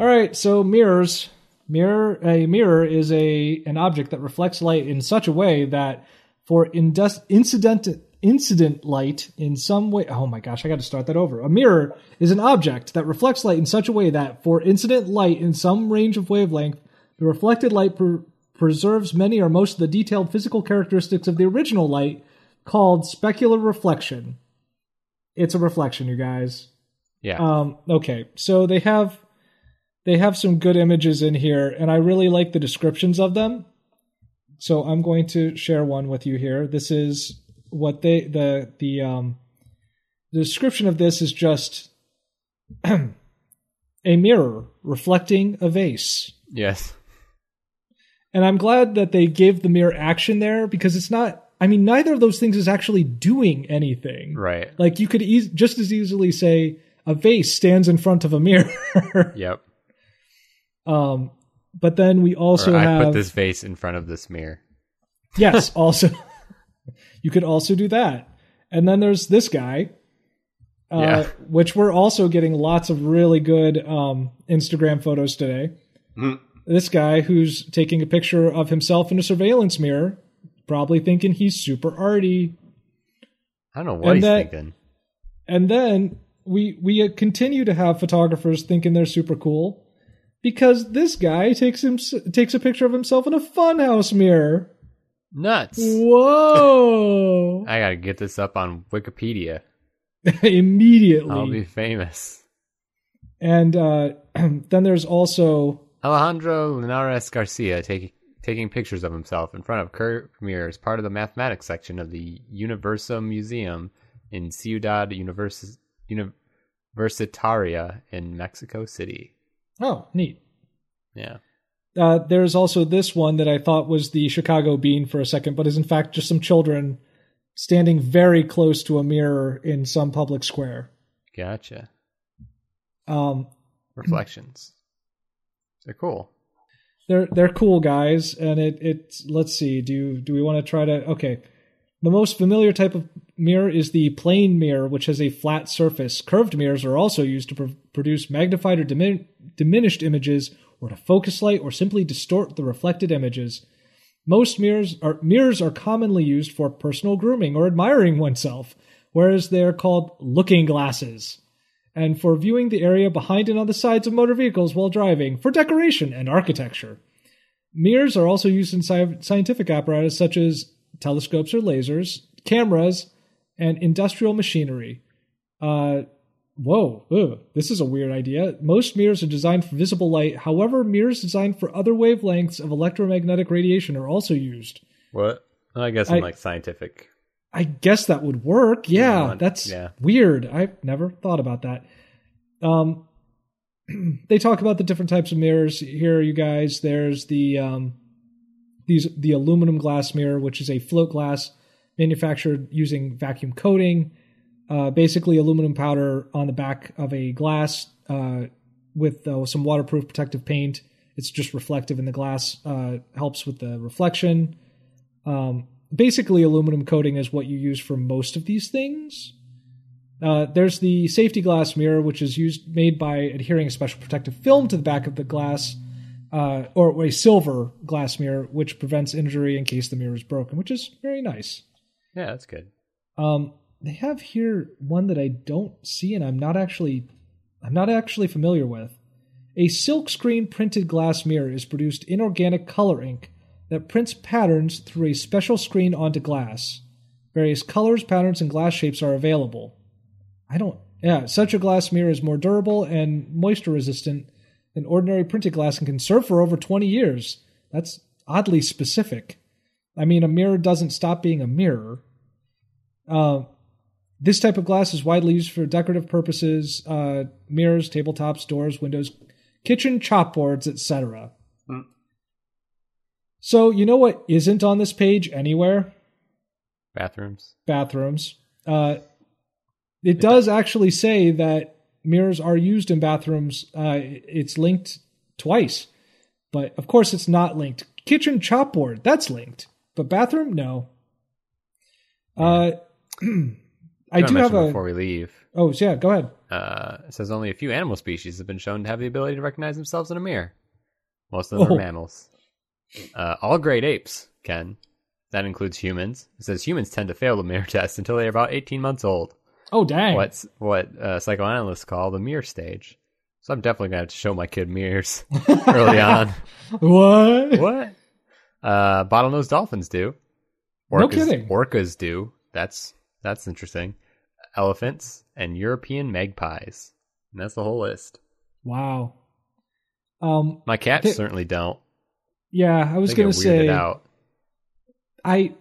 All right. So mirrors. Mirror. A mirror is a an object that reflects light in such a way that for indes- incident incident light in some way. Oh my gosh, I got to start that over. A mirror is an object that reflects light in such a way that for incident light in some range of wavelength, the reflected light pre- preserves many or most of the detailed physical characteristics of the original light, called specular reflection. It's a reflection, you guys.
Yeah.
Um, okay, so they have they have some good images in here, and I really like the descriptions of them. So I'm going to share one with you here. This is what they the the um the description of this is just a mirror reflecting a vase.
Yes.
And I'm glad that they gave the mirror action there because it's not I mean neither of those things is actually doing anything.
Right.
Like you could eas just as easily say a vase stands in front of a mirror.
Yep.
um, but then we also
or I
have
put this vase in front of this mirror.
yes, also you could also do that. And then there's this guy, uh,
Yeah.
which we're also getting lots of really good um, Instagram photos today.
Mm-hmm.
Mhm.
This guy who's taking a picture of himself in a surveillance mirror, probably thinking he's super arty,
I don't know what
And
he's
that-
thinking.
and then we we continue to have photographers thinking they're super cool because this guy takes him takes a picture of himself in a funhouse mirror.
Nuts.
Whoa!
I gotta get this up on Wikipedia. I'll
Immediately,
be famous.
and uh, then there's also
Alejandro Linares Garcia taking taking pictures of himself in front of curved mirrors, part of the mathematics section of the Universo Museum in Ciudad Univers- Universitaria in Mexico City.
oh neat.
Yeah.
Uh, there's also this one that I thought was the Chicago Bean for a second, but is in fact just some children standing very close to a mirror in some public square.
Gotcha.
Um,
Reflections. They're cool.
they're they're cool guys and it it let's see do do we want to try to okay the most familiar type of mirror is the plane mirror which has a flat surface curved mirrors are also used to pr- produce magnified or dimin- diminished images or to focus light or simply distort the reflected images most mirrors are mirrors are commonly used for personal grooming or admiring oneself whereas they're called looking glasses and for viewing the area behind and on the sides of motor vehicles while driving for decoration and architecture. Mirrors are also used in sci- scientific apparatus such as telescopes or lasers, cameras, and industrial machinery. Uh, whoa, ugh, this is a weird idea. Most mirrors are designed for visible light. However, mirrors designed for other wavelengths of electromagnetic radiation are also used.
What? I guess I'm
I-
like scientific.
I guess that would work.
Yeah,
Yeah,
one-
that's
yeah.
weird. I've never thought about that. Um, they talk about the different types of mirrors here, you guys. There's the um, these the aluminum glass mirror, which is a float glass manufactured using vacuum coating, uh, basically aluminum powder on the back of a glass uh, with uh, some waterproof protective paint. It's just reflective, and the glass uh, helps with the reflection. Um, basically, aluminum coating is what you use for most of these things. Uh, there's the safety glass mirror, which is used made by adhering a special protective film to the back of the glass, uh, or a silver glass mirror, which prevents injury in case the mirror is broken, which is very nice.
Yeah, that's good.
Um, they have here one that I don't see, and I'm not actually, I'm not actually familiar with. A silkscreen printed glass mirror is produced in organic color ink that prints patterns through a special screen onto glass. Various colors, patterns, and glass shapes are available. I don't. Yeah, such a glass mirror is more durable and moisture resistant than ordinary printed glass and can serve for over 20 years. That's oddly specific. I mean, a mirror doesn't stop being a mirror. Uh, this type of glass is widely used for decorative purposes: uh, mirrors, tabletops, doors, windows, kitchen chopboards, etc.
Hmm.
So you know what isn't on this page anywhere?
Bathrooms.
Bathrooms. Uh, it does actually say that mirrors are used in bathrooms. Uh, it's linked twice, but of course it's not linked. Kitchen chopboard that's linked, but bathroom no. Uh, I
Wanna
do have
mention
a.
before we leave.
Oh so yeah, go ahead.
Uh, it says only a few animal species have been shown to have the ability to recognize themselves in a mirror. Most of them
Whoa.
are mammals. Uh, all great apes can. That includes humans. It says humans tend to fail the mirror test until they are about 18 months old.
Oh dang!
What's what uh, psychoanalysts call the mirror stage. So I'm definitely gonna have to show my kid mirrors early on.
What?
what? Uh, bottlenose dolphins do.
No kidding.
Orcas do. That's that's interesting. Elephants and European magpies. And that's the whole list.
Wow. Um,
My cats
They-
certainly don't.
yeah, I was
They get
going to
weirded
say
out.
I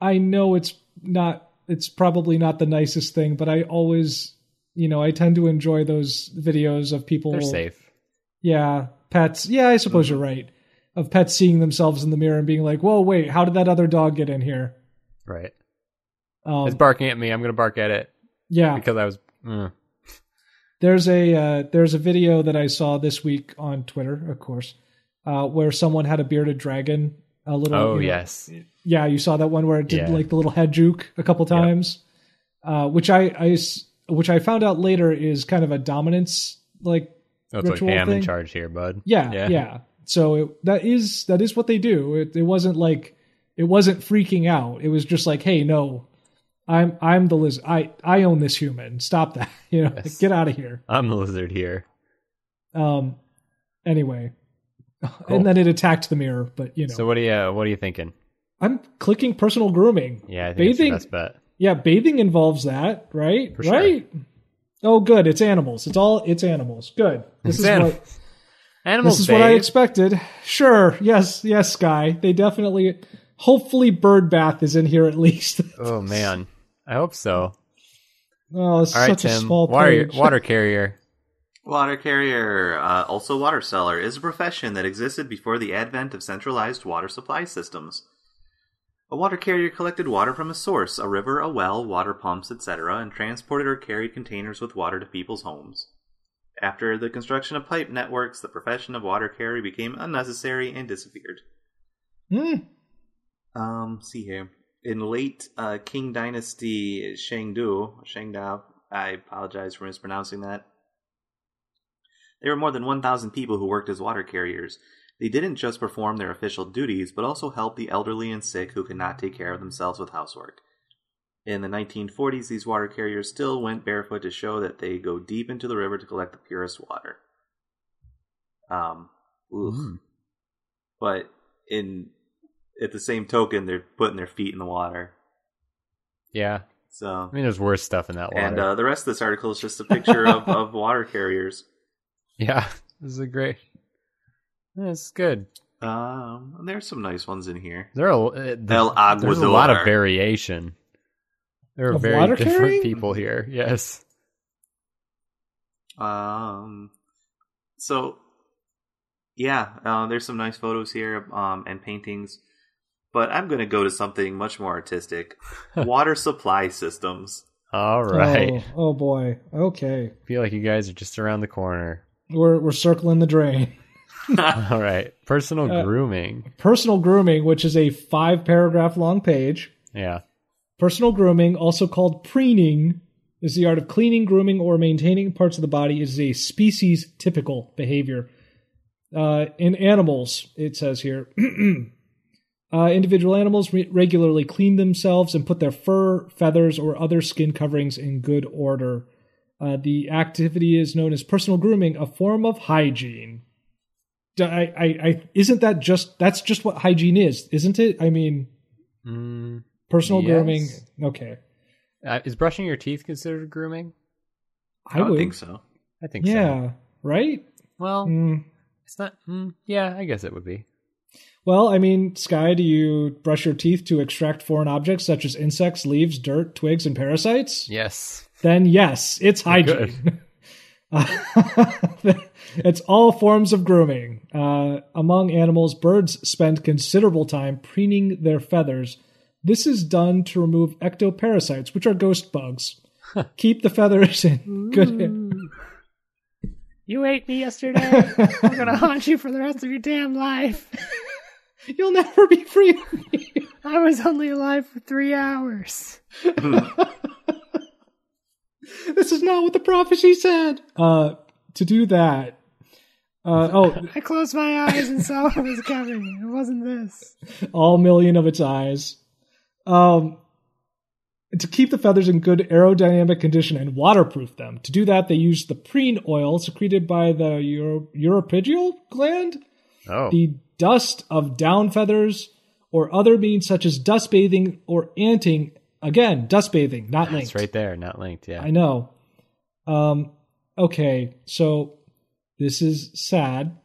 I know it's not it's probably not the nicest thing, but I always, you know, I tend to enjoy those videos of people
They're safe.
Yeah, pets. Yeah, I suppose you're right. Of pets seeing themselves in the mirror and being like, "Whoa, wait, how did that other dog get in here?"
Right.
Um,
it's barking at me. I'm going to bark at it
yeah,
because I was. Mm.
there's a uh, there's a video that I saw this week on Twitter, of course, uh, where someone had a bearded dragon. A little.
Oh,
you know-
yes.
yeah, you saw that one where it did
Yeah.
like the little head juke a couple times, uh, which I, I s- which I found out later is kind of a dominance like
That's like,
Ritual
hey, I'm in
thing?
charge here, bud.
Yeah,
Yeah.
yeah. So it, that is that is what they do. It, it wasn't like it wasn't freaking out. It was just like, hey, no, I'm I'm the lizard. I I own this human. Stop that. You know,
Yes.
get out of here.
I'm the lizard here.
Um. Anyway,
Cool.
and then it attacked the mirror. But you know,
So what are you uh, what are you thinking?
I'm clicking personal grooming.
Yeah, I think it's the
Bathing-
best bet.
Yeah, bathing involves that, right?
For sure.
Right. Oh, good. It's animals. It's all. It's animals. Good. This
It's
is
animals.
what
Animals.
This is what I
bathe.
expected. Sure. Yes. Yes, Sky. They definitely. Hopefully, Bird Bath is in here at least.
Oh man, I hope so.
Oh, it's
All right,
such a
Tim.
small
Water,
page.
water carrier.
Water carrier, uh, also water seller, is a profession that existed before the advent of centralized water supply systems. A water carrier collected water from a source, a river, a well, water pumps, etc., and transported or carried containers with water to people's homes. After the construction of pipe networks, the profession of water carrier became unnecessary and disappeared.
Hmm.
Um, see here. In late uh, King Dynasty Shangdu, Shangda, I apologize for mispronouncing that. There were more than 1,000 people who worked as water carriers. They didn't just perform their official duties, but also helped the elderly and sick who could not take care of themselves with housework. In the 1940s, these water carriers still went barefoot to show that they go deep into the river to collect the purest water. Um, oof
Mm.
but in at the same token they're putting their feet in the water
Yeah,
so
I mean, there's worse stuff in that water.
and uh, the rest of this article is just a picture of, of water carriers
yeah, this is a great. That's good.
um and there's some nice ones in here
There are uh, the,
El Aguador.
there's a lot of variation. There are
Of
very
water
different
carrying?
people here. Yes,
um so yeah uh, there's some nice photos here um and paintings but i'm gonna go to something much more artistic water supply systems
all right.
Oh, oh boy. Okay.
Feel like you guys are just around the corner.
We're we're circling the drain.
All right, personal
Uh,
grooming.
Personal grooming, which is a five paragraph long page.
Yeah,
Personal grooming, also called preening, is the art of cleaning, grooming, or maintaining parts of the body. It is a species typical behavior. Uh, in animals, it says here, uh, individual animals re- regularly clean themselves and put their fur, feathers, or other skin coverings in good order. Uh, the activity is known as personal grooming, a form of hygiene. D- I, I, I, isn't that just that's just what hygiene is, isn't it? I mean,
mm,
personal
Yes.
grooming. Okay,
uh, is brushing your teeth considered grooming?
i,
I,
don't
would.
think so
I think so.
yeah. Right.
Well,
Mm.
it's not. Mm, yeah, I guess it would be.
Well, I mean, Sky, do you brush your teeth to extract foreign objects such as insects, leaves, dirt, twigs, and parasites?
Yes.
Then yes, it's hygiene. it's all forms of grooming. Uh, among animals, birds spend considerable time preening their feathers. This is done to remove ectoparasites, which are ghost bugs. Keep the feathers in good.
You ate me yesterday. I'm gonna haunt you for the rest of your damn life.
You'll never be free of me.
I was only alive for three hours.
this is not what the prophecy said. Uh, to do that, uh, oh,
I closed my eyes and saw what was coming. It wasn't this.
all million of its eyes. Um, to keep the feathers in good aerodynamic condition and waterproof them. To do that, they use the preen oil secreted by the uro- uropygial gland,
Oh.
the dust of down feathers, or other means such as dust bathing or anting. Again, dust bathing, not linked.
It's right there, not linked. Yeah.
I know. Um, okay, so this is sad,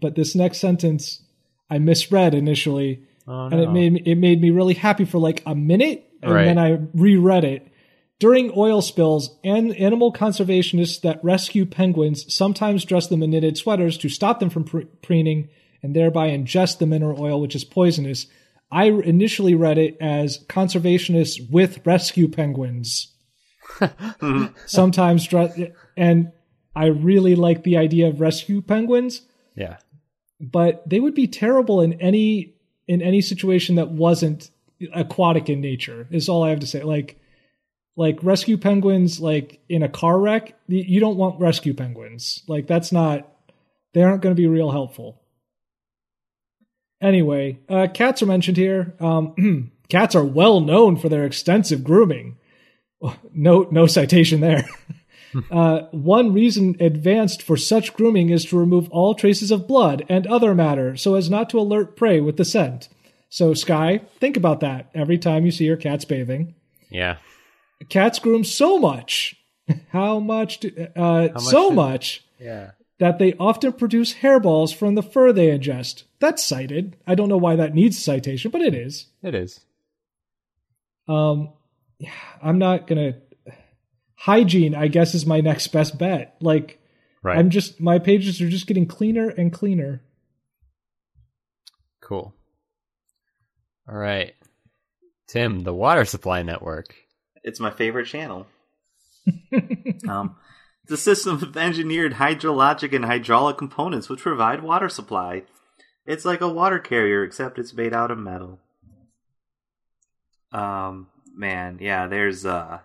but this next sentence I misread initially,
Oh,
and it made me, it made me really happy for like a minute, and
Right.
then I reread it. During oil spills, and animal conservationists that rescue penguins sometimes dress them in knitted sweaters to stop them from pre- preening and thereby ingest the mineral oil, which is poisonous. I initially read it as conservationists with rescue penguins sometimes dress and i really like the idea of rescue penguins
yeah.
but they would be terrible in any in any situation that wasn't aquatic in nature is all i have to say like like rescue penguins like in a car wreck y- you don't want rescue penguins like that's not they aren't going to be real helpful anyway uh, cats are mentioned here um, cats are well known for their extensive grooming Oh, no no citation there uh, one reason advanced for such grooming is to remove all traces of blood and other matter so as not to alert prey with the scent. So, Sky, think about that every time you see your cats bathing.
Yeah.
Cats groom so much. How much? Do, uh,
much
so
do-
much
Yeah.
that they often produce hairballs from the fur they ingest. That's cited. I don't know why that needs citation, but it is.
It is.
Um, I'm not going to. Hygiene, I guess, is my next best bet. Like,
Right.
I'm just my pages are just getting cleaner and cleaner.
Cool. All right. Tim, the water supply network.
It's my favorite channel. um, it's a system of engineered hydrologic and hydraulic components which provide water supply. It's like a water carrier, except it's made out of metal. Um, man, yeah, there's uh,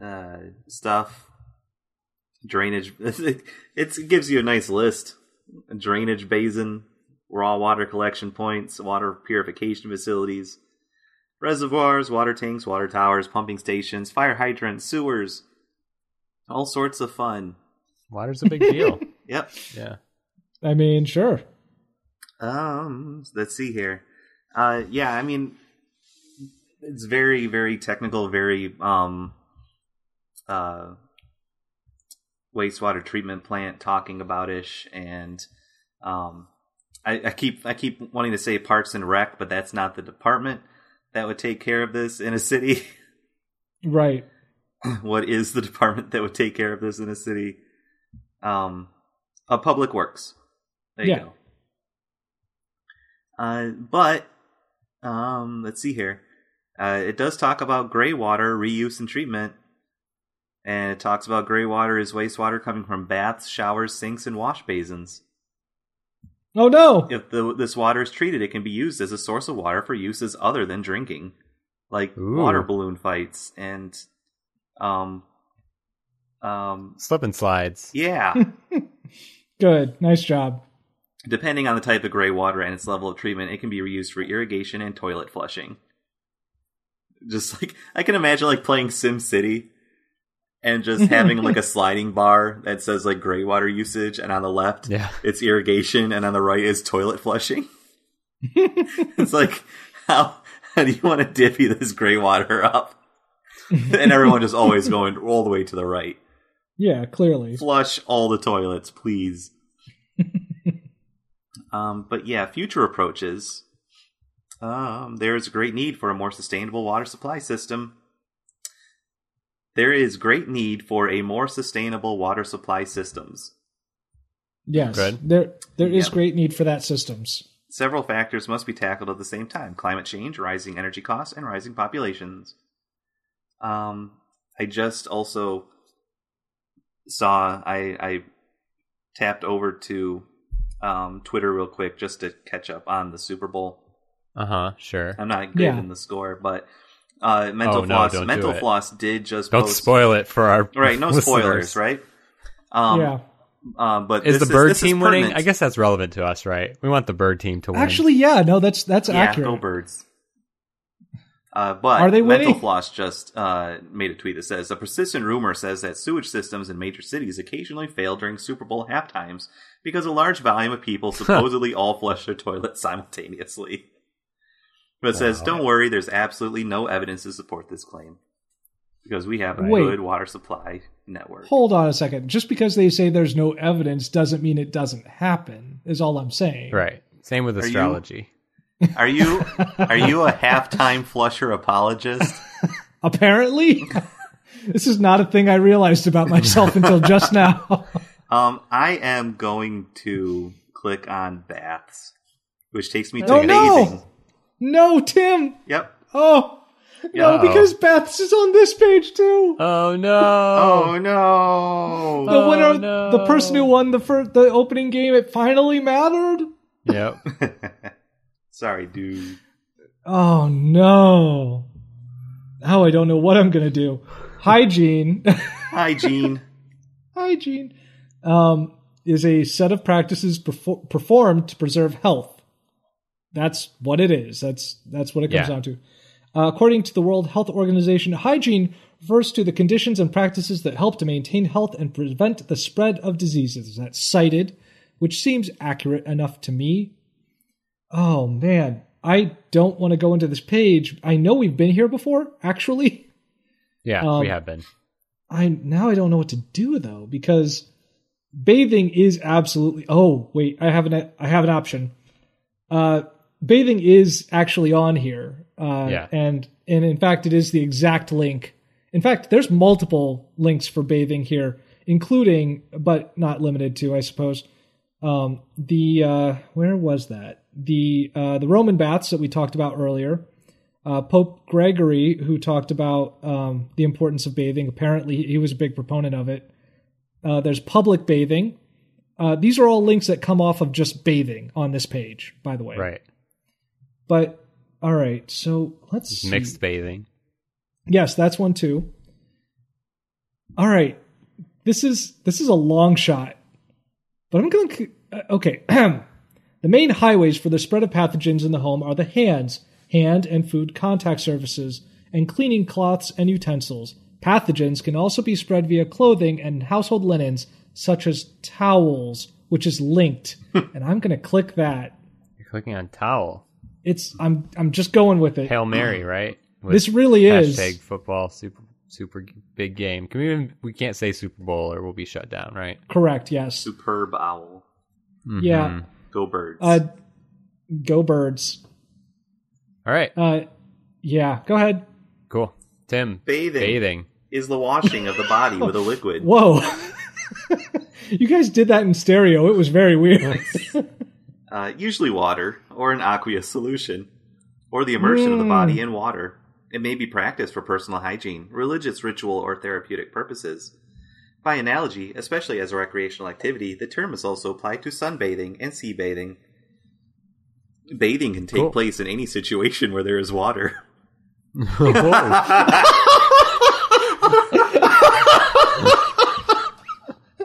uh, stuff. Drainage. it's, it gives you a nice list. Drainage basin, raw water collection points, water purification facilities, reservoirs, water tanks, water towers, pumping stations, fire hydrants, sewers, all sorts of fun.
Water's a big deal.
Yep.
Yeah.
I mean, sure.
Um, let's see here. Uh, yeah, I mean, it's very, very technical, very um, uh, wastewater treatment plant talking about ish, and um, I, I keep I keep wanting to say Parks and Rec, but that's not the department that would take care of this in a city.
Right.
what is the department that would take care of this in a city? Um, a public works. There you
Yeah.
go. Uh, but um, let's see here. Uh, it does talk about gray water reuse and treatment, and it talks about gray water is wastewater coming from baths, showers, sinks, and wash basins.
Oh no.
If the, this water is treated, it can be used as a source of water for uses other than drinking, like
Ooh.
water balloon fights and um, um,
Slip and slides.
yeah,
Good. Nice job.
depending on the type of gray water and its level of treatment, it can be reused for irrigation and toilet flushing. Just like I can imagine, like playing Sim City, and just having like a sliding bar that says like gray water usage, and on the left,
Yeah.
it's irrigation, and on the right is toilet flushing. it's like how how do you want to divvy this gray water up? and everyone just always going all the way to the right.
Yeah, clearly.
Flush all the toilets, please. um, but yeah, future approaches. Um, there is a great need for a more sustainable water supply system. There is great need for a more sustainable water supply systems.
Yes.
Good.
There there is
Yeah.
great need for that systems.
Several factors must be tackled at the same time climate change, rising energy costs, and rising populations. Um, I just also saw, I, I tapped over to um, Twitter real quick just to catch up on the Super Bowl.
Uh huh. Sure.
I'm not good
Yeah.
in the score, but uh, Mental
Oh, no,
Floss,
don't do
Mental
it.
Floss did just
Don't
post,
spoil it for our
Right, no spoilers,
listeners.
right? Um,
yeah.
um, but
Is
this
the bird
this
team winning?
pertinent.
I guess that's relevant to us, right? We want the bird team to win.
Actually, yeah, no, that's that's
yeah,
accurate.
go birds. Uh, but
Are they
Mental
winning?
Floss just uh, made a tweet that says a persistent rumor says that sewage systems in major cities occasionally fail during Super Bowl half times because a large volume of people supposedly all flush their toilets simultaneously. But it says,
Wow.
"Don't worry, there's absolutely no evidence to support this claim." because we have a
Wait.
good water supply network.
Hold on a second. Just because they say there's no evidence doesn't mean it doesn't happen. Is all I'm saying.
Right. Same with
you-
astrology.
Are you are you a halftime flusher apologist?
Apparently, this is not a thing I realized about myself until just now.
Um, I am going to click on baths, which takes me to
Oh, no!
bathing.
no, Tim.
Yep.
Oh no,
Uh-oh.
because Baths is on this page too.
Oh no.
Oh no!
the winner,
Oh, no.
the person who won the first, the opening game, it finally mattered.
Yep.
Sorry, dude.
Oh no! Now I don't know what I'm gonna do. Hygiene,
Hygiene.
hygiene, um, is a set of practices perfor- performed to preserve health. That's what it is. That's that's what it comes
Yeah.
down to. Uh, according to the World Health Organization, hygiene refers to the conditions and practices that help to maintain health and prevent the spread of diseases. That's cited, which seems accurate enough to me. Oh man, I don't want to go into this page. I know we've been here before, actually.
Yeah,
Um,
we have been.
I now I don't know what to do though because bathing is absolutely. Oh wait, I have an I have an option. Uh, bathing is actually on here. Uh,
Yeah.
And and in fact, it is the exact link. In fact, there's multiple links for bathing here, including but not limited to, I suppose. Um, the uh, where was that? The uh, the Roman baths that we talked about earlier uh, Pope Gregory, who talked about um, the importance of bathing. Apparently, he was a big proponent of it. Uh, there's public bathing. Uh, these are all links that come off of just bathing on this page, by the way.
Right.
But all right, so let's see.
Mixed bathing.
Yes, that's one too. All right, this is this is a long shot, but I'm going. to... Okay, the main highways for the spread of pathogens in the home are the hands, hand and food contact surfaces, and cleaning cloths and utensils. Pathogens can also be spread via clothing and household linens, such as towels, which is linked.
Hmm.
and I'm going to click that.
You're clicking on towel.
It's I'm I'm just going with it.
Hail Mary, right? With
this really is
hashtag football super super big game. Can we even we can't say Super Bowl or we'll be shut down, right?
correct. Yes.
Superb owl.
Yeah.
Mhm.
Go birds.
Uh, go birds.
All right.
Uh, yeah, go ahead.
Cool. Tim.
bathing,
Bathing.
is the washing of the body with a liquid.
Whoa. you guys did that in stereo. It was very weird.
Uh, usually water or an aqueous solution, or the immersion of the body in water. It may be practiced for personal hygiene, religious ritual, or therapeutic purposes. By analogy, especially as a recreational activity, the term is also applied to sunbathing and sea bathing. Bathing can take
Cool.
place in any situation where there is water.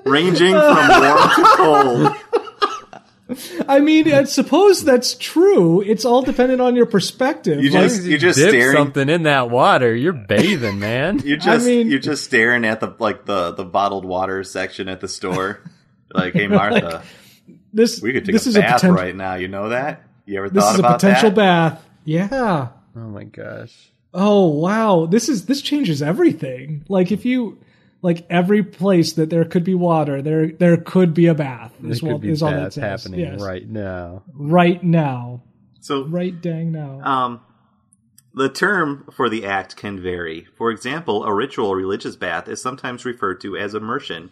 Ranging from warm to cold.
I mean, I suppose that's true. It's all dependent on your perspective.
You
Like,
just you're just
Dip
staring
something in that water. You're bathing, man.
You're just
mean-
you're just staring at the like the the bottled water section at the store. like, hey Martha,
this
we could take
this
a
is
bath
poten-
right now. You know that? You ever
This
thought
is a
about
potential
that?
bath. Yeah.
oh my gosh.
Oh wow. This is this changes everything. Like if you like every place that there could be water, there there could be a bath.
This
Is,
could
what,
be
is all that
that's
says.
happening
Yes.
right now.
right now.
so
Right dang now.
Um, the term for the act can vary. For example, a ritual or religious bath is sometimes referred to as immersion.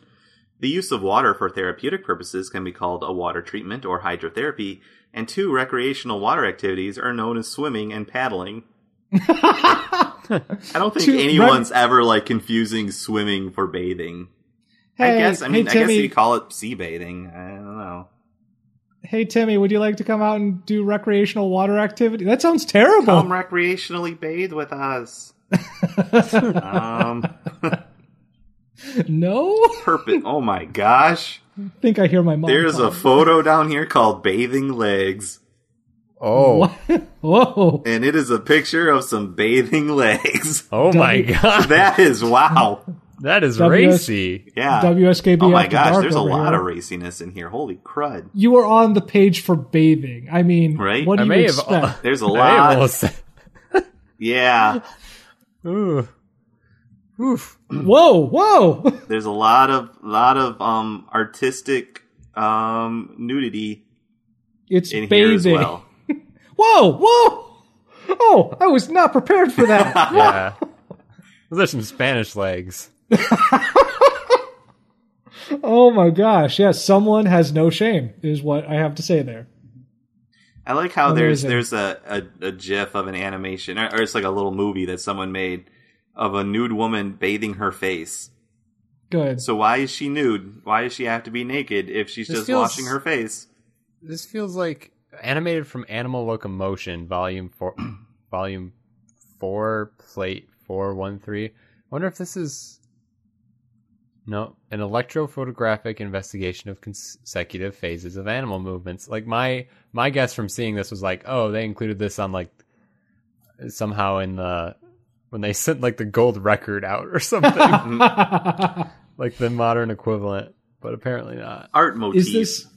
The use of water for therapeutic purposes can be called a water treatment or hydrotherapy, and two recreational water activities are known as swimming and paddling. I don't think
Two-
anyone's ever like confusing swimming for bathing. I
Hey,
guess I
hey,
mean I guess
Timmy.
you call it sea bathing. I don't know.
hey Timmy, would you like to come out and do recreational water activity? That sounds terrible.
Come recreationally bathe with us. um,
no,
purpose. Oh my gosh.
I think I hear Oh my mom.
There's a photo down here called Bathing Legs,
Oh.
a whoa.
and it is a picture of some bathing legs.
Oh my
W-
god.
That is wow.
That is
WS
racy.
Yeah.
WSKB.
oh my
after
gosh,
dark
there's a
over
lot
here.
of raciness in here. Holy crud.
You are on the page for bathing. I mean,
Right?
what do
I
you
may have-
expect?
There's a
I
lot.
almost-
Yeah.
Ooh. Oof.
Whoa, whoa.
There's a lot of lot of um artistic um nudity
It's
in here as
bathing.
well.
Whoa, whoa. Oh, I was not prepared for that.
Yeah. Those are some Spanish legs.
oh my gosh. Yes, someone has no shame is what I have to say there.
I like how there's
Amazing.
there's a, a, a gif of an animation or or it's like a little movie that someone made of a nude woman bathing her face.
Good.
So why is she nude? Why does she have to be naked if she's
This
just
feels-
washing her face?
This feels like animated from Animal Locomotion, Volume Four, Volume Four, Plate Four One Three. I wonder if this is no an electrophotographic investigation of consecutive phases of animal movements. Like my my guess from seeing this was like, oh, they included this on like somehow in the when they sent like the gold record out or something, like the modern equivalent, but apparently not.
Art motif.
is this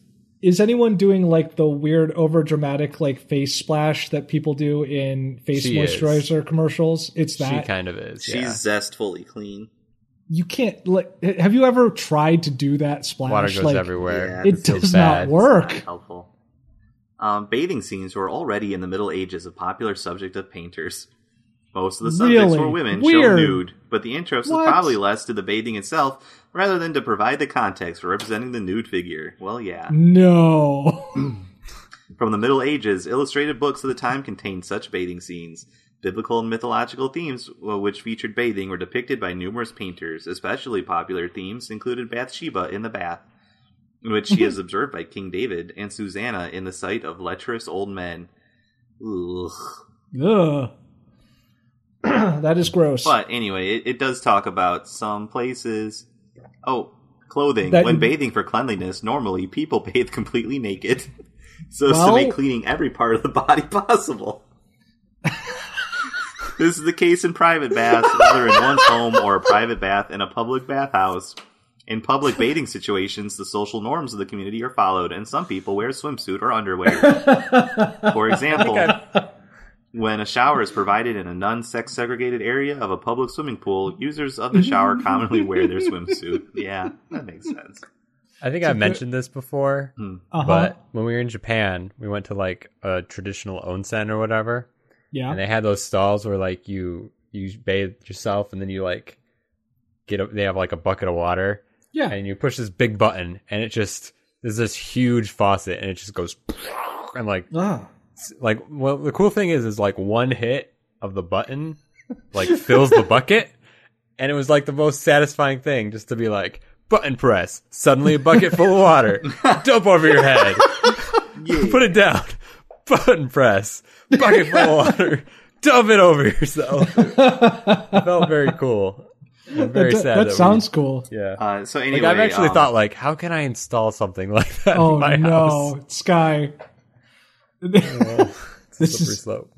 is anyone doing like the weird over dramatic like face splash that people do in face
She is.
moisturizer commercials? It's
She
that
kind of is.
She's
yeah.
zestfully clean.
you can't like have you ever tried to do that splash?
Water goes
like,
everywhere.
Yeah,
It
that's
so
does
bad.
not work.
helpful. Um, bathing scenes were already in the Middle Ages a popular subject of painters. Most of the subjects
Really?
were women shown
Weird.
nude, but the interest was
What?
probably less to the bathing itself rather than to provide the context for representing the nude figure. Well, yeah.
No.
From the Middle Ages, illustrated books of the time contained such bathing scenes. Biblical and mythological themes well, which featured bathing were depicted by numerous painters. Especially popular themes included Bathsheba in the bath, in which she is observed by King David, and Susanna in the sight of lecherous old men. Ugh.
Ugh. that is gross.
But anyway, it, it does talk about some places. Oh, clothing.
That-
when bathing for cleanliness, normally people bathe completely naked, so as to
Well-
make cleaning every part of the body possible. this is the case in private baths, whether in one's home or a private bath in a public bathhouse. In public bathing situations, the social norms of the community are followed, and some people wear a swimsuit or underwear. For example, when a shower is provided in a non sex segregated area of a public swimming pool, users of the shower commonly wear their swimsuit. Yeah, that makes sense.
I think I mentioned this before,
Uh-huh.
but when we were in Japan, we went to like a traditional onsen or whatever,
yeah.
and they had those stalls where like you you bathe yourself and then you like get a, they have like a bucket of water
yeah.
and you push this big button and it just there's this huge faucet and it just goes and like
Ah.
s- like well the cool thing is is like one hit of the button like fills the bucket and it was like the most satisfying thing just to be like button press suddenly a bucket full of water dump over your head put it down button press bucket full of water dump it over yourself it felt very cool I'm very
that,
sad
that
that we-
sounds cool.
yeah
Uh, so, anyway,
like I've actually
um,
thought like, how can I install something like that
Oh
in my house?
no, Sky.
It's a
This
slippery
is-
slope.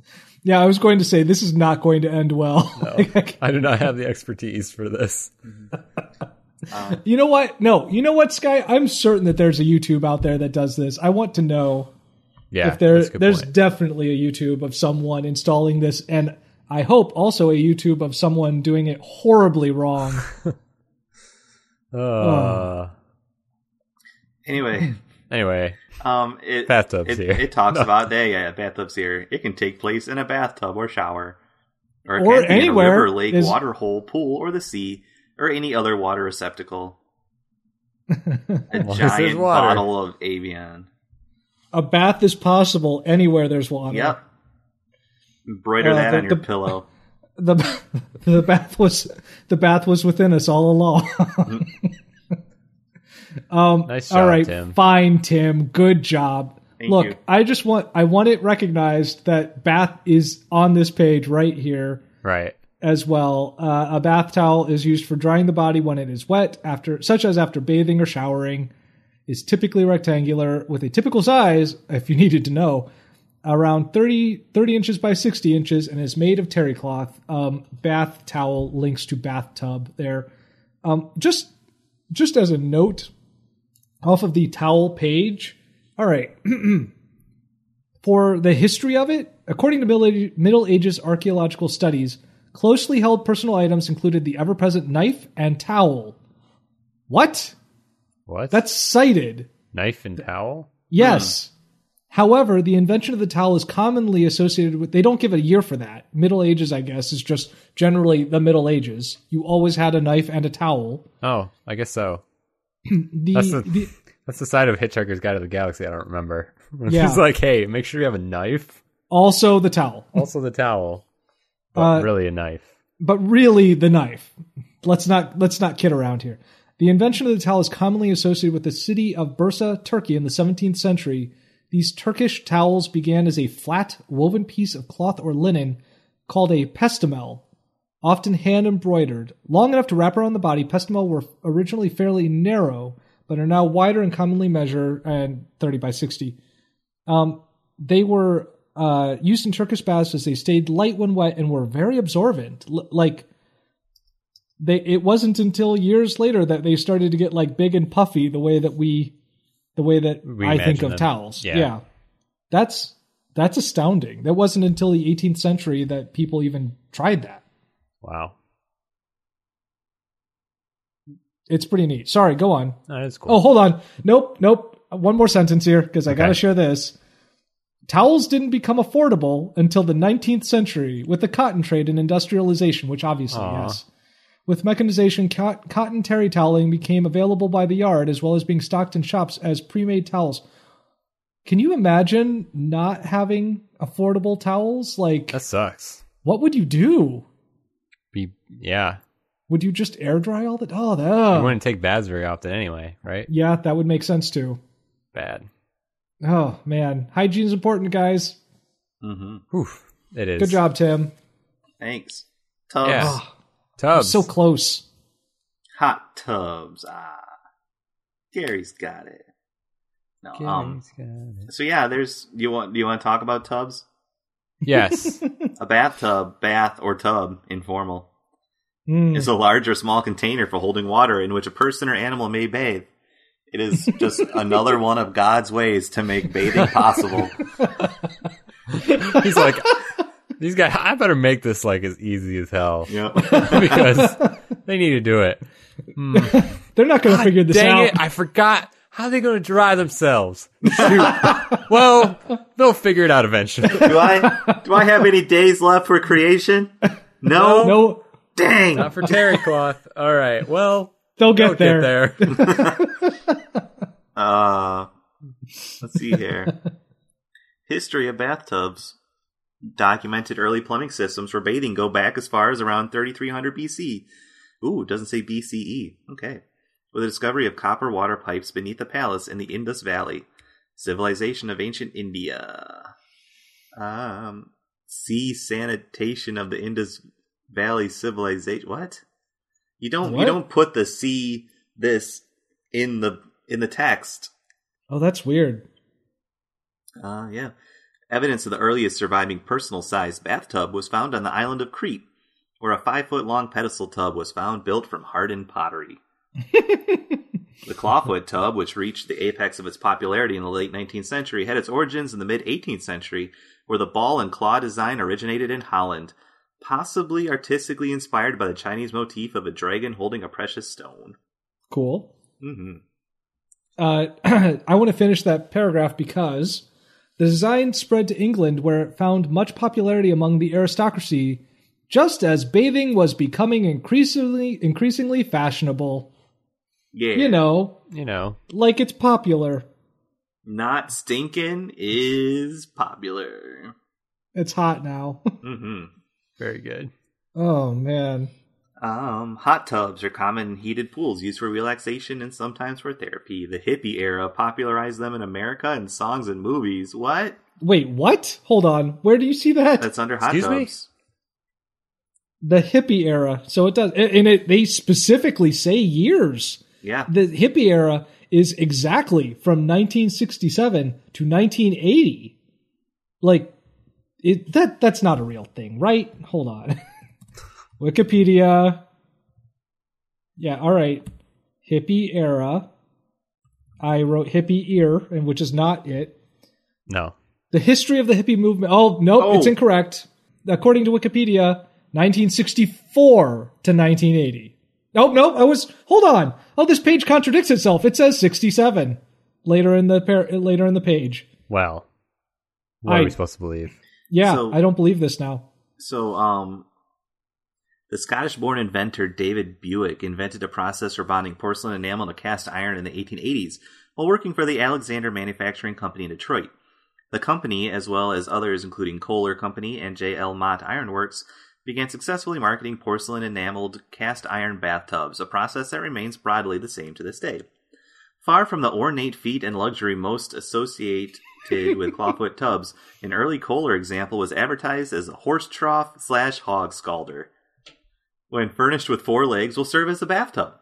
yeah, I was going to say this is not going to end well. Like,
I do not have the expertise for this.
you know what? No, you know what, Sky? I'm certain that there's a YouTube out there that does this. I want to know
Yeah,
if there
that's a good
there's
point.
definitely a YouTube of someone installing this, and I hope also a YouTube of someone doing it horribly wrong.
Uh,
Oh.
Anyway,
Anyway,
um, it,
Bathtubs
it,
here.
It talks about, yeah, yeah, bathtubs here. It can take place in a bathtub or shower, it
Or
can be in a
anywhere
river, lake,
is-
water hole, pool, or the sea, or any other water receptacle. A
long as there's
giant
water.
bottle of Avion.
a bath is possible anywhere there's water.
Yep. Embroider
Uh,
that
the-
on your
the-
pillow.
the the bath was the bath was within us all along. um,
Nice
all
job,
right,
Tim.
fine, Tim. Good job.
Thank
Look,
you.
I just want I want it recognized that bath is on this page right here
right.
as well. Uh, a bath towel is used for drying the body when it is wet, after such as after bathing or showering. Is typically rectangular with a typical size, if you needed to know, around 30, 30 inches by 60 inches and is made of terry cloth. Um, bath towel links to bathtub there. Um, just just as a note off of the towel page. All right. For the history of it, according to Middle Age- Middle Ages archaeological studies, Closely held personal items included the ever present knife and towel. What?
What?
That's cited.
knife and towel. Hmm.
Yes. However, the invention of the towel is commonly associated with, they don't give a year for that. Middle Ages, I guess, is just generally the Middle Ages. You always had a knife and a towel.
Oh, I guess so.
The,
That's the,
the
that's the side of Hitchhiker's Guide to the Galaxy. I don't remember.
Yeah.
it's like, hey, make sure you have a knife,
also the towel,
also the towel, but
Uh,
really a knife.
but really the knife. Let's not let's not kid around here. The invention of the towel is commonly associated with the city of Bursa, Turkey in the 17th century. These Turkish towels began as a flat woven piece of cloth or linen called a pestimel, often hand embroidered. Long enough to wrap around the body, pestimel were originally fairly narrow, but are now wider and commonly measure and 30 by 60. Um, they were uh, used in Turkish baths as they stayed light when wet and were very absorbent. L- like they, it wasn't until years later that they started to get like big and puffy the way that we, the way that
We
I think
imagine
of
them.
towels.
Yeah.
yeah, that's that's astounding. That wasn't until the 18th century that people even tried that.
Wow,
It's pretty neat. Sorry, go on.
No, that's cool.
Oh, hold on. Nope, nope. One more sentence here because I got to
Okay.
share this. Towels didn't become affordable until the 19th century with the cotton trade and industrialization, which obviously,
Aw.
yes. With mechanization, cot- cotton terry toweling became available by the yard as well as being stocked in shops as pre made towels. Can you imagine not having affordable towels? Like,
that sucks.
what would you do?
Be yeah.
Would you just air dry all the? Oh, that.
You wouldn't take baths very often anyway, right?
Yeah, that would make sense too.
Bad.
Oh man, hygiene's important, guys.
hmm
Oof. It is.
Good job, Tim.
Thanks. Tubs.
Yeah.
Ah,
Tubs.
so close.
Hot tubs. Ah. Gary's got it. No. Um, so yeah, there's you want do you want to talk about tubs?
yes.
A bathtub, bath or tub, informal,
Mm.
is a large or small container for holding water in which a person or animal may bathe. It is just another one of God's ways to make bathing possible.
He's like, these guys. I better make this like as easy as hell
Yep.
because they need to do it. Hmm.
They're not going to figure this
Dang
out.
it! I forgot. How are they going to dry themselves? Shoot. well, they'll figure it out eventually.
Do I do I have any days left for creation? No.
no,
Dang.
Not for terry cloth. All right. Well,
they'll
they'll
get there.
Get there.
Uh, let's see here. History of bathtubs. Documented early plumbing systems for bathing go back as far as around 3300 BC. Ooh, it doesn't say BCE. Okay. With the discovery of copper water pipes beneath a palace in the Indus Valley. Civilization of ancient India. Um, sea sanitation of the Indus Valley civilization. What? You don't
What?
you don't put the sea this in the in the text.
Oh, that's weird.
Uh, yeah. Evidence of the earliest surviving personal sized bathtub was found on the island of Crete, where a five foot long pedestal tub was found built from hardened pottery. the clawfoot tub, which reached the apex of its popularity in the late 19th century, had its origins in the mid 18th century, where the ball and claw design originated in Holland, possibly artistically inspired by the Chinese motif of a dragon holding a precious stone.
Cool.
hmm
Uh, I want to finish that paragraph because the design spread to England, where it found much popularity among the aristocracy, just as bathing was becoming increasingly increasingly fashionable.
Yeah.
You know,
you know,
like it's popular.
Not stinking is popular.
It's hot now.
hmm
very good.
oh man.
Um, hot tubs are common heated pools used for relaxation and sometimes for therapy. The hippie era popularized them in America in songs and movies. What?
Wait, what? Hold on. Where do you see that?
That's under hot
Excuse me?
tubs.
the hippie era. So it does, and it, they specifically say years.
Yeah.
The hippie era is exactly from 1967 to 1980. Like it, that that's not a real thing, right? Hold on. Wikipedia. Yeah, all right. Hippie era. I wrote hippie ear, and which is not it.
No.
The history of the hippie movement. Oh, nope,
Oh.
it's incorrect. According to Wikipedia, 1964 to 1980. Oh, no, I was, hold on. Oh, this page contradicts itself. It says 67 later in the, par- later in the page.
Well, what are
I-
we supposed to believe?
Yeah,
So-
I don't believe this now.
So, um, the Scottish-born inventor David Buick invented a process for bonding porcelain enamel to cast iron in the 1880s while working for the Alexander Manufacturing Company in Detroit. The company, as well as others including Kohler Company and J.L. Mott Ironworks, began successfully marketing porcelain enameled cast iron bathtubs, a process that remains broadly the same to this day. Far from the ornate feat and luxury most associated with clawfoot tubs, an early Kohler example was advertised as a horse trough slash hog scalder. When furnished with four legs, will serve as a bathtub.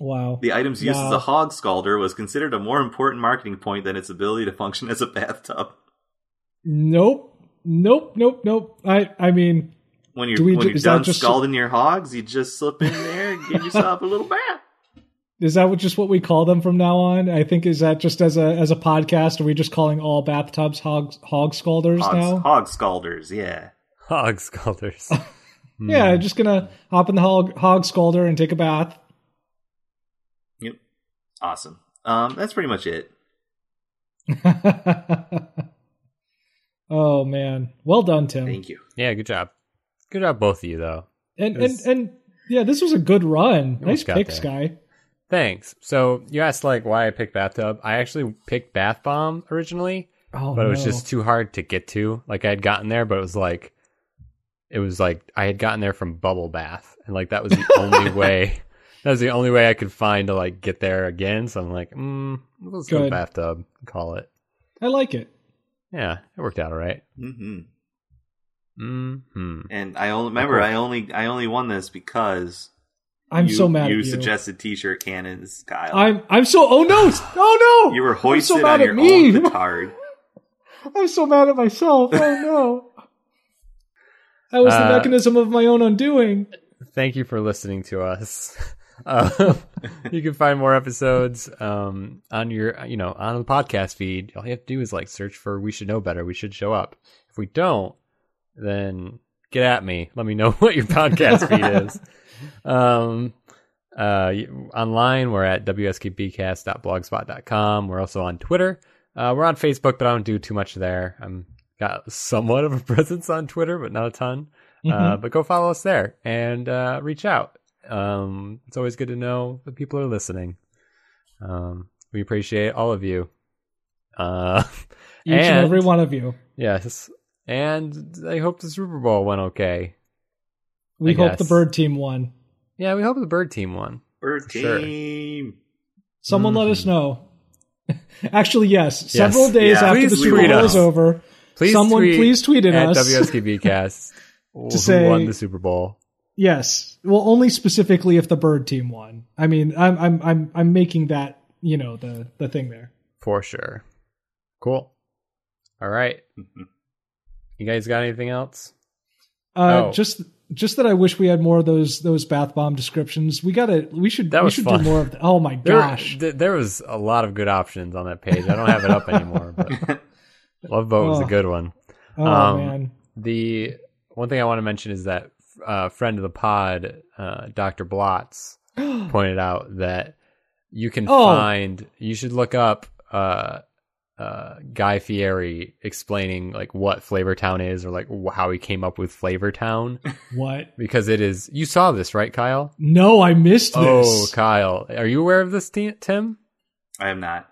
Wow.
The item's use as
Wow.
a hog scalder was considered a more important marketing point than its ability to function as a bathtub.
Nope. Nope. Nope. Nope. I, I mean,
When you're
Do we
when
ju-
you're
is that
done
just-
scalding your hogs, you just slip in there and give yourself a little bath.
Is that what, just what we call them from now on? I think is that just as a as a podcast? Are we just calling all bathtubs hog hog scalders now?
Hogs, hog scalders, yeah.
Hog scalders.
Yeah, just gonna hop in the hog hog scalder and take a bath.
Yep. Awesome. Um, that's pretty much it.
oh man, well done, Tim.
Thank you.
Hmm. Yeah, good job. Good job, both of you, though.
And and
It's-
and yeah, this was a good run. Nice
Almost got
picks, guy.
Thanks. So you asked like why I picked bathtub. I actually picked bath bomb originally,
Oh,
but it was
no.
just too hard to get to. Like I had gotten there, but it was like it was like I had gotten there from bubble bath, and like that was the only way. That was the only way I could find to like get there again. So I'm like, mm, let's go
Good.
bathtub. and Call it.
I like it.
Yeah, it worked out all right.
hmm
Hmm.
And I only remember I only I only won this because
I'm
you,
so mad.
you
at you.
suggested T-shirt cannons, Kyle.
I'm I'm so. Oh no! Oh no!
you were
I'm so
hoisted
mad
on
at
your
me.
own petard.
I'm so mad at myself. Oh no. That was the
Uh,
mechanism of my own undoing.
thank you for listening to us. Um, you can find more episodes um, on your, you know, on the podcast feed. All you have to do is like search for "We Should Know Better." We should show up. If we don't, then get at me. Let me know what your podcast feed is. Um, uh, you- online, we're at wskbcast.blogspot.com. We're also on Twitter. Uh, we're on Facebook, but I don't do too much there. I'm got somewhat of a presence on Twitter, but not a ton.
Mm-hmm.
Uh, but go follow us there and uh, reach out. Um, it's always good to know that people are listening. Um, we appreciate all of you. Uh,
Each and,
and-
every one of you.
yes, and I hope the Super Bowl went okay.
We
I
hope the
guess.
bird team won.
Yeah, we hope the bird team won.
Bird
Sure.
team.
Someone let us know. Actually, yes.
Mm-hmm. Yes.
Several days
Yeah,
after
please
the Super
tweet
Bowl
us.
is over,
Please,
someone
tweet
please tweet at,
at
us.
WSKBcast who
say-
won the Super Bowl.
yes. Well, only specifically if the bird team won. I mean, I'm I'm I'm I'm making that you know the the thing there.
For sure. Cool. All right. You guys got anything else?
Uh,
Oh.
Just just that I wish we had more of those those bath bomb descriptions. We gotta we should
That
we
was
should
fun.
do more of. The, oh my
There,
gosh.
th- there was a lot of good options on that page. I don't have it up anymore. But Love Boat was a
Oh.
good one.
Oh
Um,
man.
The one thing I want to mention is that uh, friend of the pod, uh, Dr. Blotz, pointed out that you can
Oh.
find, you should look up uh, uh, Guy Fieri explaining like what Flavor Town is or like wh- how he came up with Flavor Town
What?
because it is. You saw this, right, Kyle?
No, I missed
Oh,
this.
Kyle, are you aware of this, Ti- Tim?
I am not.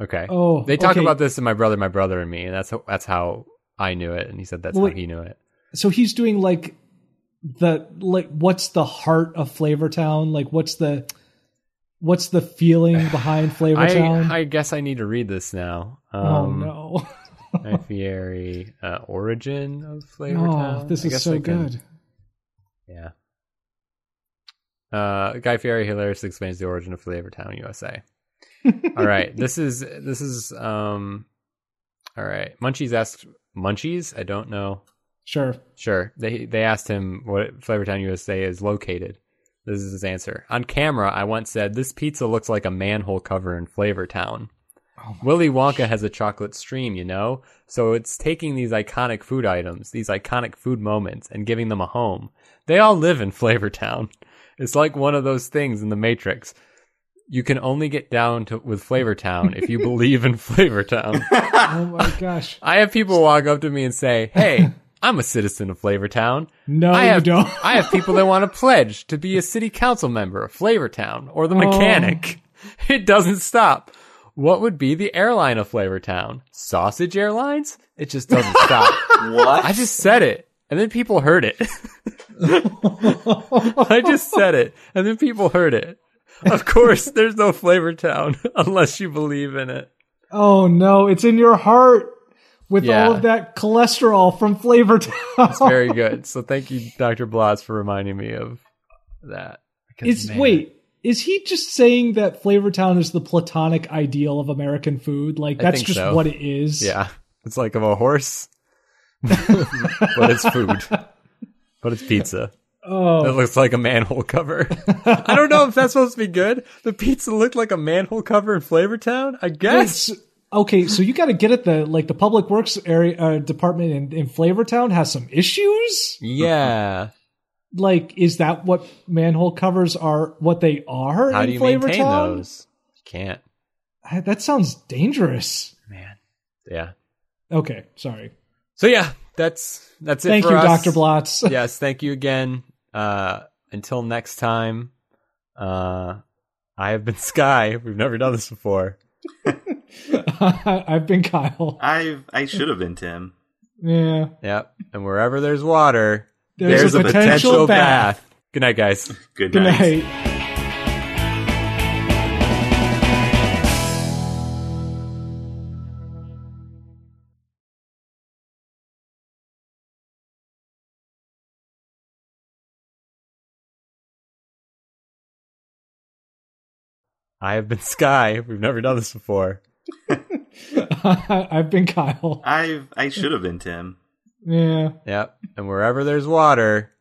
Okay.
Oh,
they talk
okay.
about this in my brother, my brother and me, and that's how, that's how I knew it, and he said that's
Wait.
how he knew it.
So he's doing like the like what's the heart of Flavortown? Like what's the what's the feeling behind Flavortown?
I, I guess I need to read this now. Um,
oh no.
Guy Fieri, uh, origin of Flavor
Oh, this
I
is
guess
so
I can-
good.
Yeah. Uh, Guy Fieri hilariously explains the origin of Flavortown, USA. all right, this is this is um, all right. Munchies asked Munchies. I don't know.
Sure.
Sure. They they asked him what Flavortown USA is located. This is his answer. On camera, I once said this pizza looks like a manhole cover in Flavortown. Willy Wonka has a chocolate stream, you know? So it's taking these iconic food items, these iconic food moments, and giving them a home. They all live in Flavor Town. It's like one of those things in the Matrix. You can only get down to, with Flavor Town if you believe in Flavor Town.
Oh my gosh.
I have people walk up to me and say, "Hey, I'm a citizen of Flavortown."
No,
I have
Oh, you don't.
I have people that want to pledge to be a city council member of Flavortown or the
Oh.
mechanic. It doesn't stop. What would be the airline of Flavortown? Sausage Airlines? It just doesn't stop.
What?
I just said it, and then people heard it. I just said it, and then people heard it. Of course, there's no Flavortown unless you believe in it.
Oh no, it's in your heart with
Yeah.
all of that cholesterol from Flavor Town.
very good. So thank you, Dr. Blas, for reminding me of that.
Is wait, is he just saying that Flavor Town is the platonic ideal of American food? Like
I
that's
think
just
so.
what it is.
Yeah. It's like of a horse, but it's food. But it's pizza. It
Oh,
looks like a manhole cover. I don't know if that's supposed to be good. The pizza looked like a manhole cover in Flavortown, I guess.
it's okay. So you got to get at the like the public works area uh, department in, in Flavor Town has some issues.
Yeah.
Like, is that what manhole covers are? What they are?
How
in
do you
Flavor
maintain
Town?
those? Can't.
I- That sounds dangerous.
Man. Yeah.
Okay, sorry.
So yeah, that's that's it
Thank
for
you,
us.
Doctor Blotz.
yes, thank you again. Uh, until next time, uh, I have been Sky. We've never done this before.
I've been Kyle.
I I should have been Tim.
Yeah.
Yep. And wherever there's water,
There's a potential bath.
Good night, guys.
Good,
Good
night.
night.
I have been Sky. We've never done this before.
I've been Kyle.
I I should have been Tim.
Yeah.
Yep. And wherever there's water,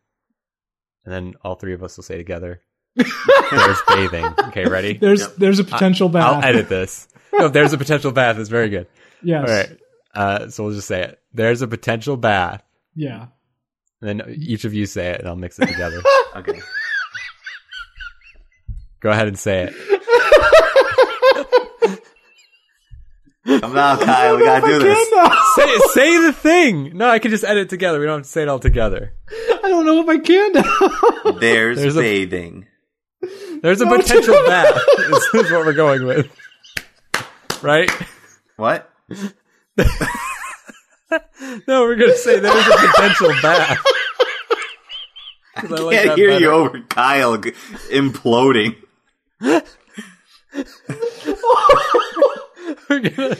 and then all three of us will say together, "There's bathing." Okay, ready?
There's
Yep.
there's a potential
I'll
bath.
edit this. No, there's a potential bath. It's very good.
Yes.
All right. Uh, so we'll just say it. There's a potential bath.
Yeah.
And then each of you say it, and I'll mix it together.
Okay.
Go ahead and say it.
Come on, Kyle. We gotta do this.
Say, say the thing. No, I can just edit it together. We don't have to say it all together.
I don't know if I can now.
There's,
There's a-
bathing.
There's a
No,
potential
dude.
bath. Is, is what we're going with, right?
What?
No, we're gonna say there's a potential bath. 'Cause I like
Can't
that
hear
better.
you over Kyle g- imploding.
We're gonna,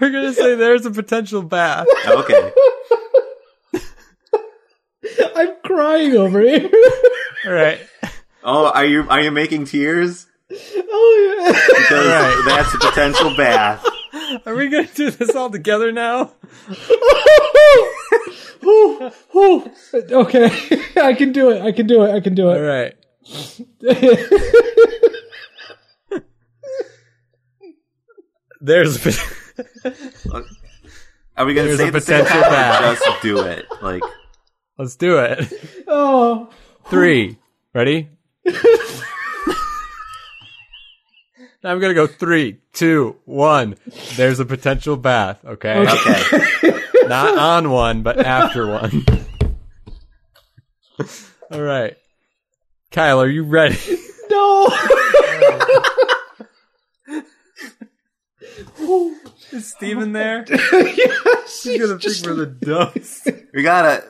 we're gonna say there's a potential bath.
Okay.
I'm crying over here.
All right.
Oh, are you are you making tears?
oh yeah.
Because
Right.
that's a potential bath.
Are we gonna do this all together now?
Whew, whew. Okay. I can do it. I can do it. I can do
All
it.
right. There's a pot-
Are we gonna
There's
say
a
the same
potential
time or
bath.
Just do it. Like
Let's do it.
oh.
Three. Ready? now I'm gonna go three, two, one. There's a potential bath. Okay.
okay.
Not on one, but after one. All right. Kyle, are you ready?
No.
Is Steven there?
yes.
He's gonna think we're the dumps.
We gotta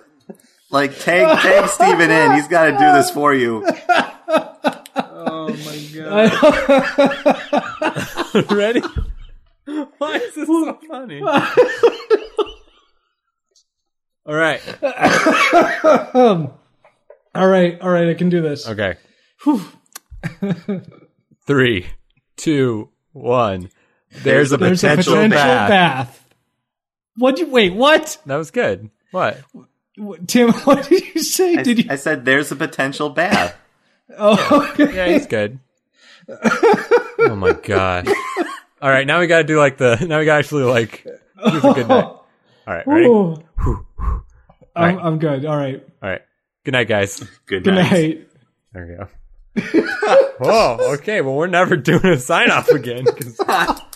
like tag tag Steven in. He's gotta do this for you.
Oh my god.
I-
ready? Why is this so funny? All right.
Um, all right. All right. I can do this.
Okay. Three, two, one. There's, a
There's a
potential,
potential
bath.
bath. What? You, wait, what?
That was good. What?
What- Tim, what did you say?
I,
did you?
I said there's a potential bath.
oh, okay.
Yeah, he's good. Oh my gosh. All right, now we got to do like the now we got to actually like this is a good night. All right, ready? All
Ooh. oh. I'm, I'm good. All right.
right. Good night, guys.
Good
Good
night.
night.
There we go. Whoa. Okay. Well, we're never doing a sign off again. 'cause-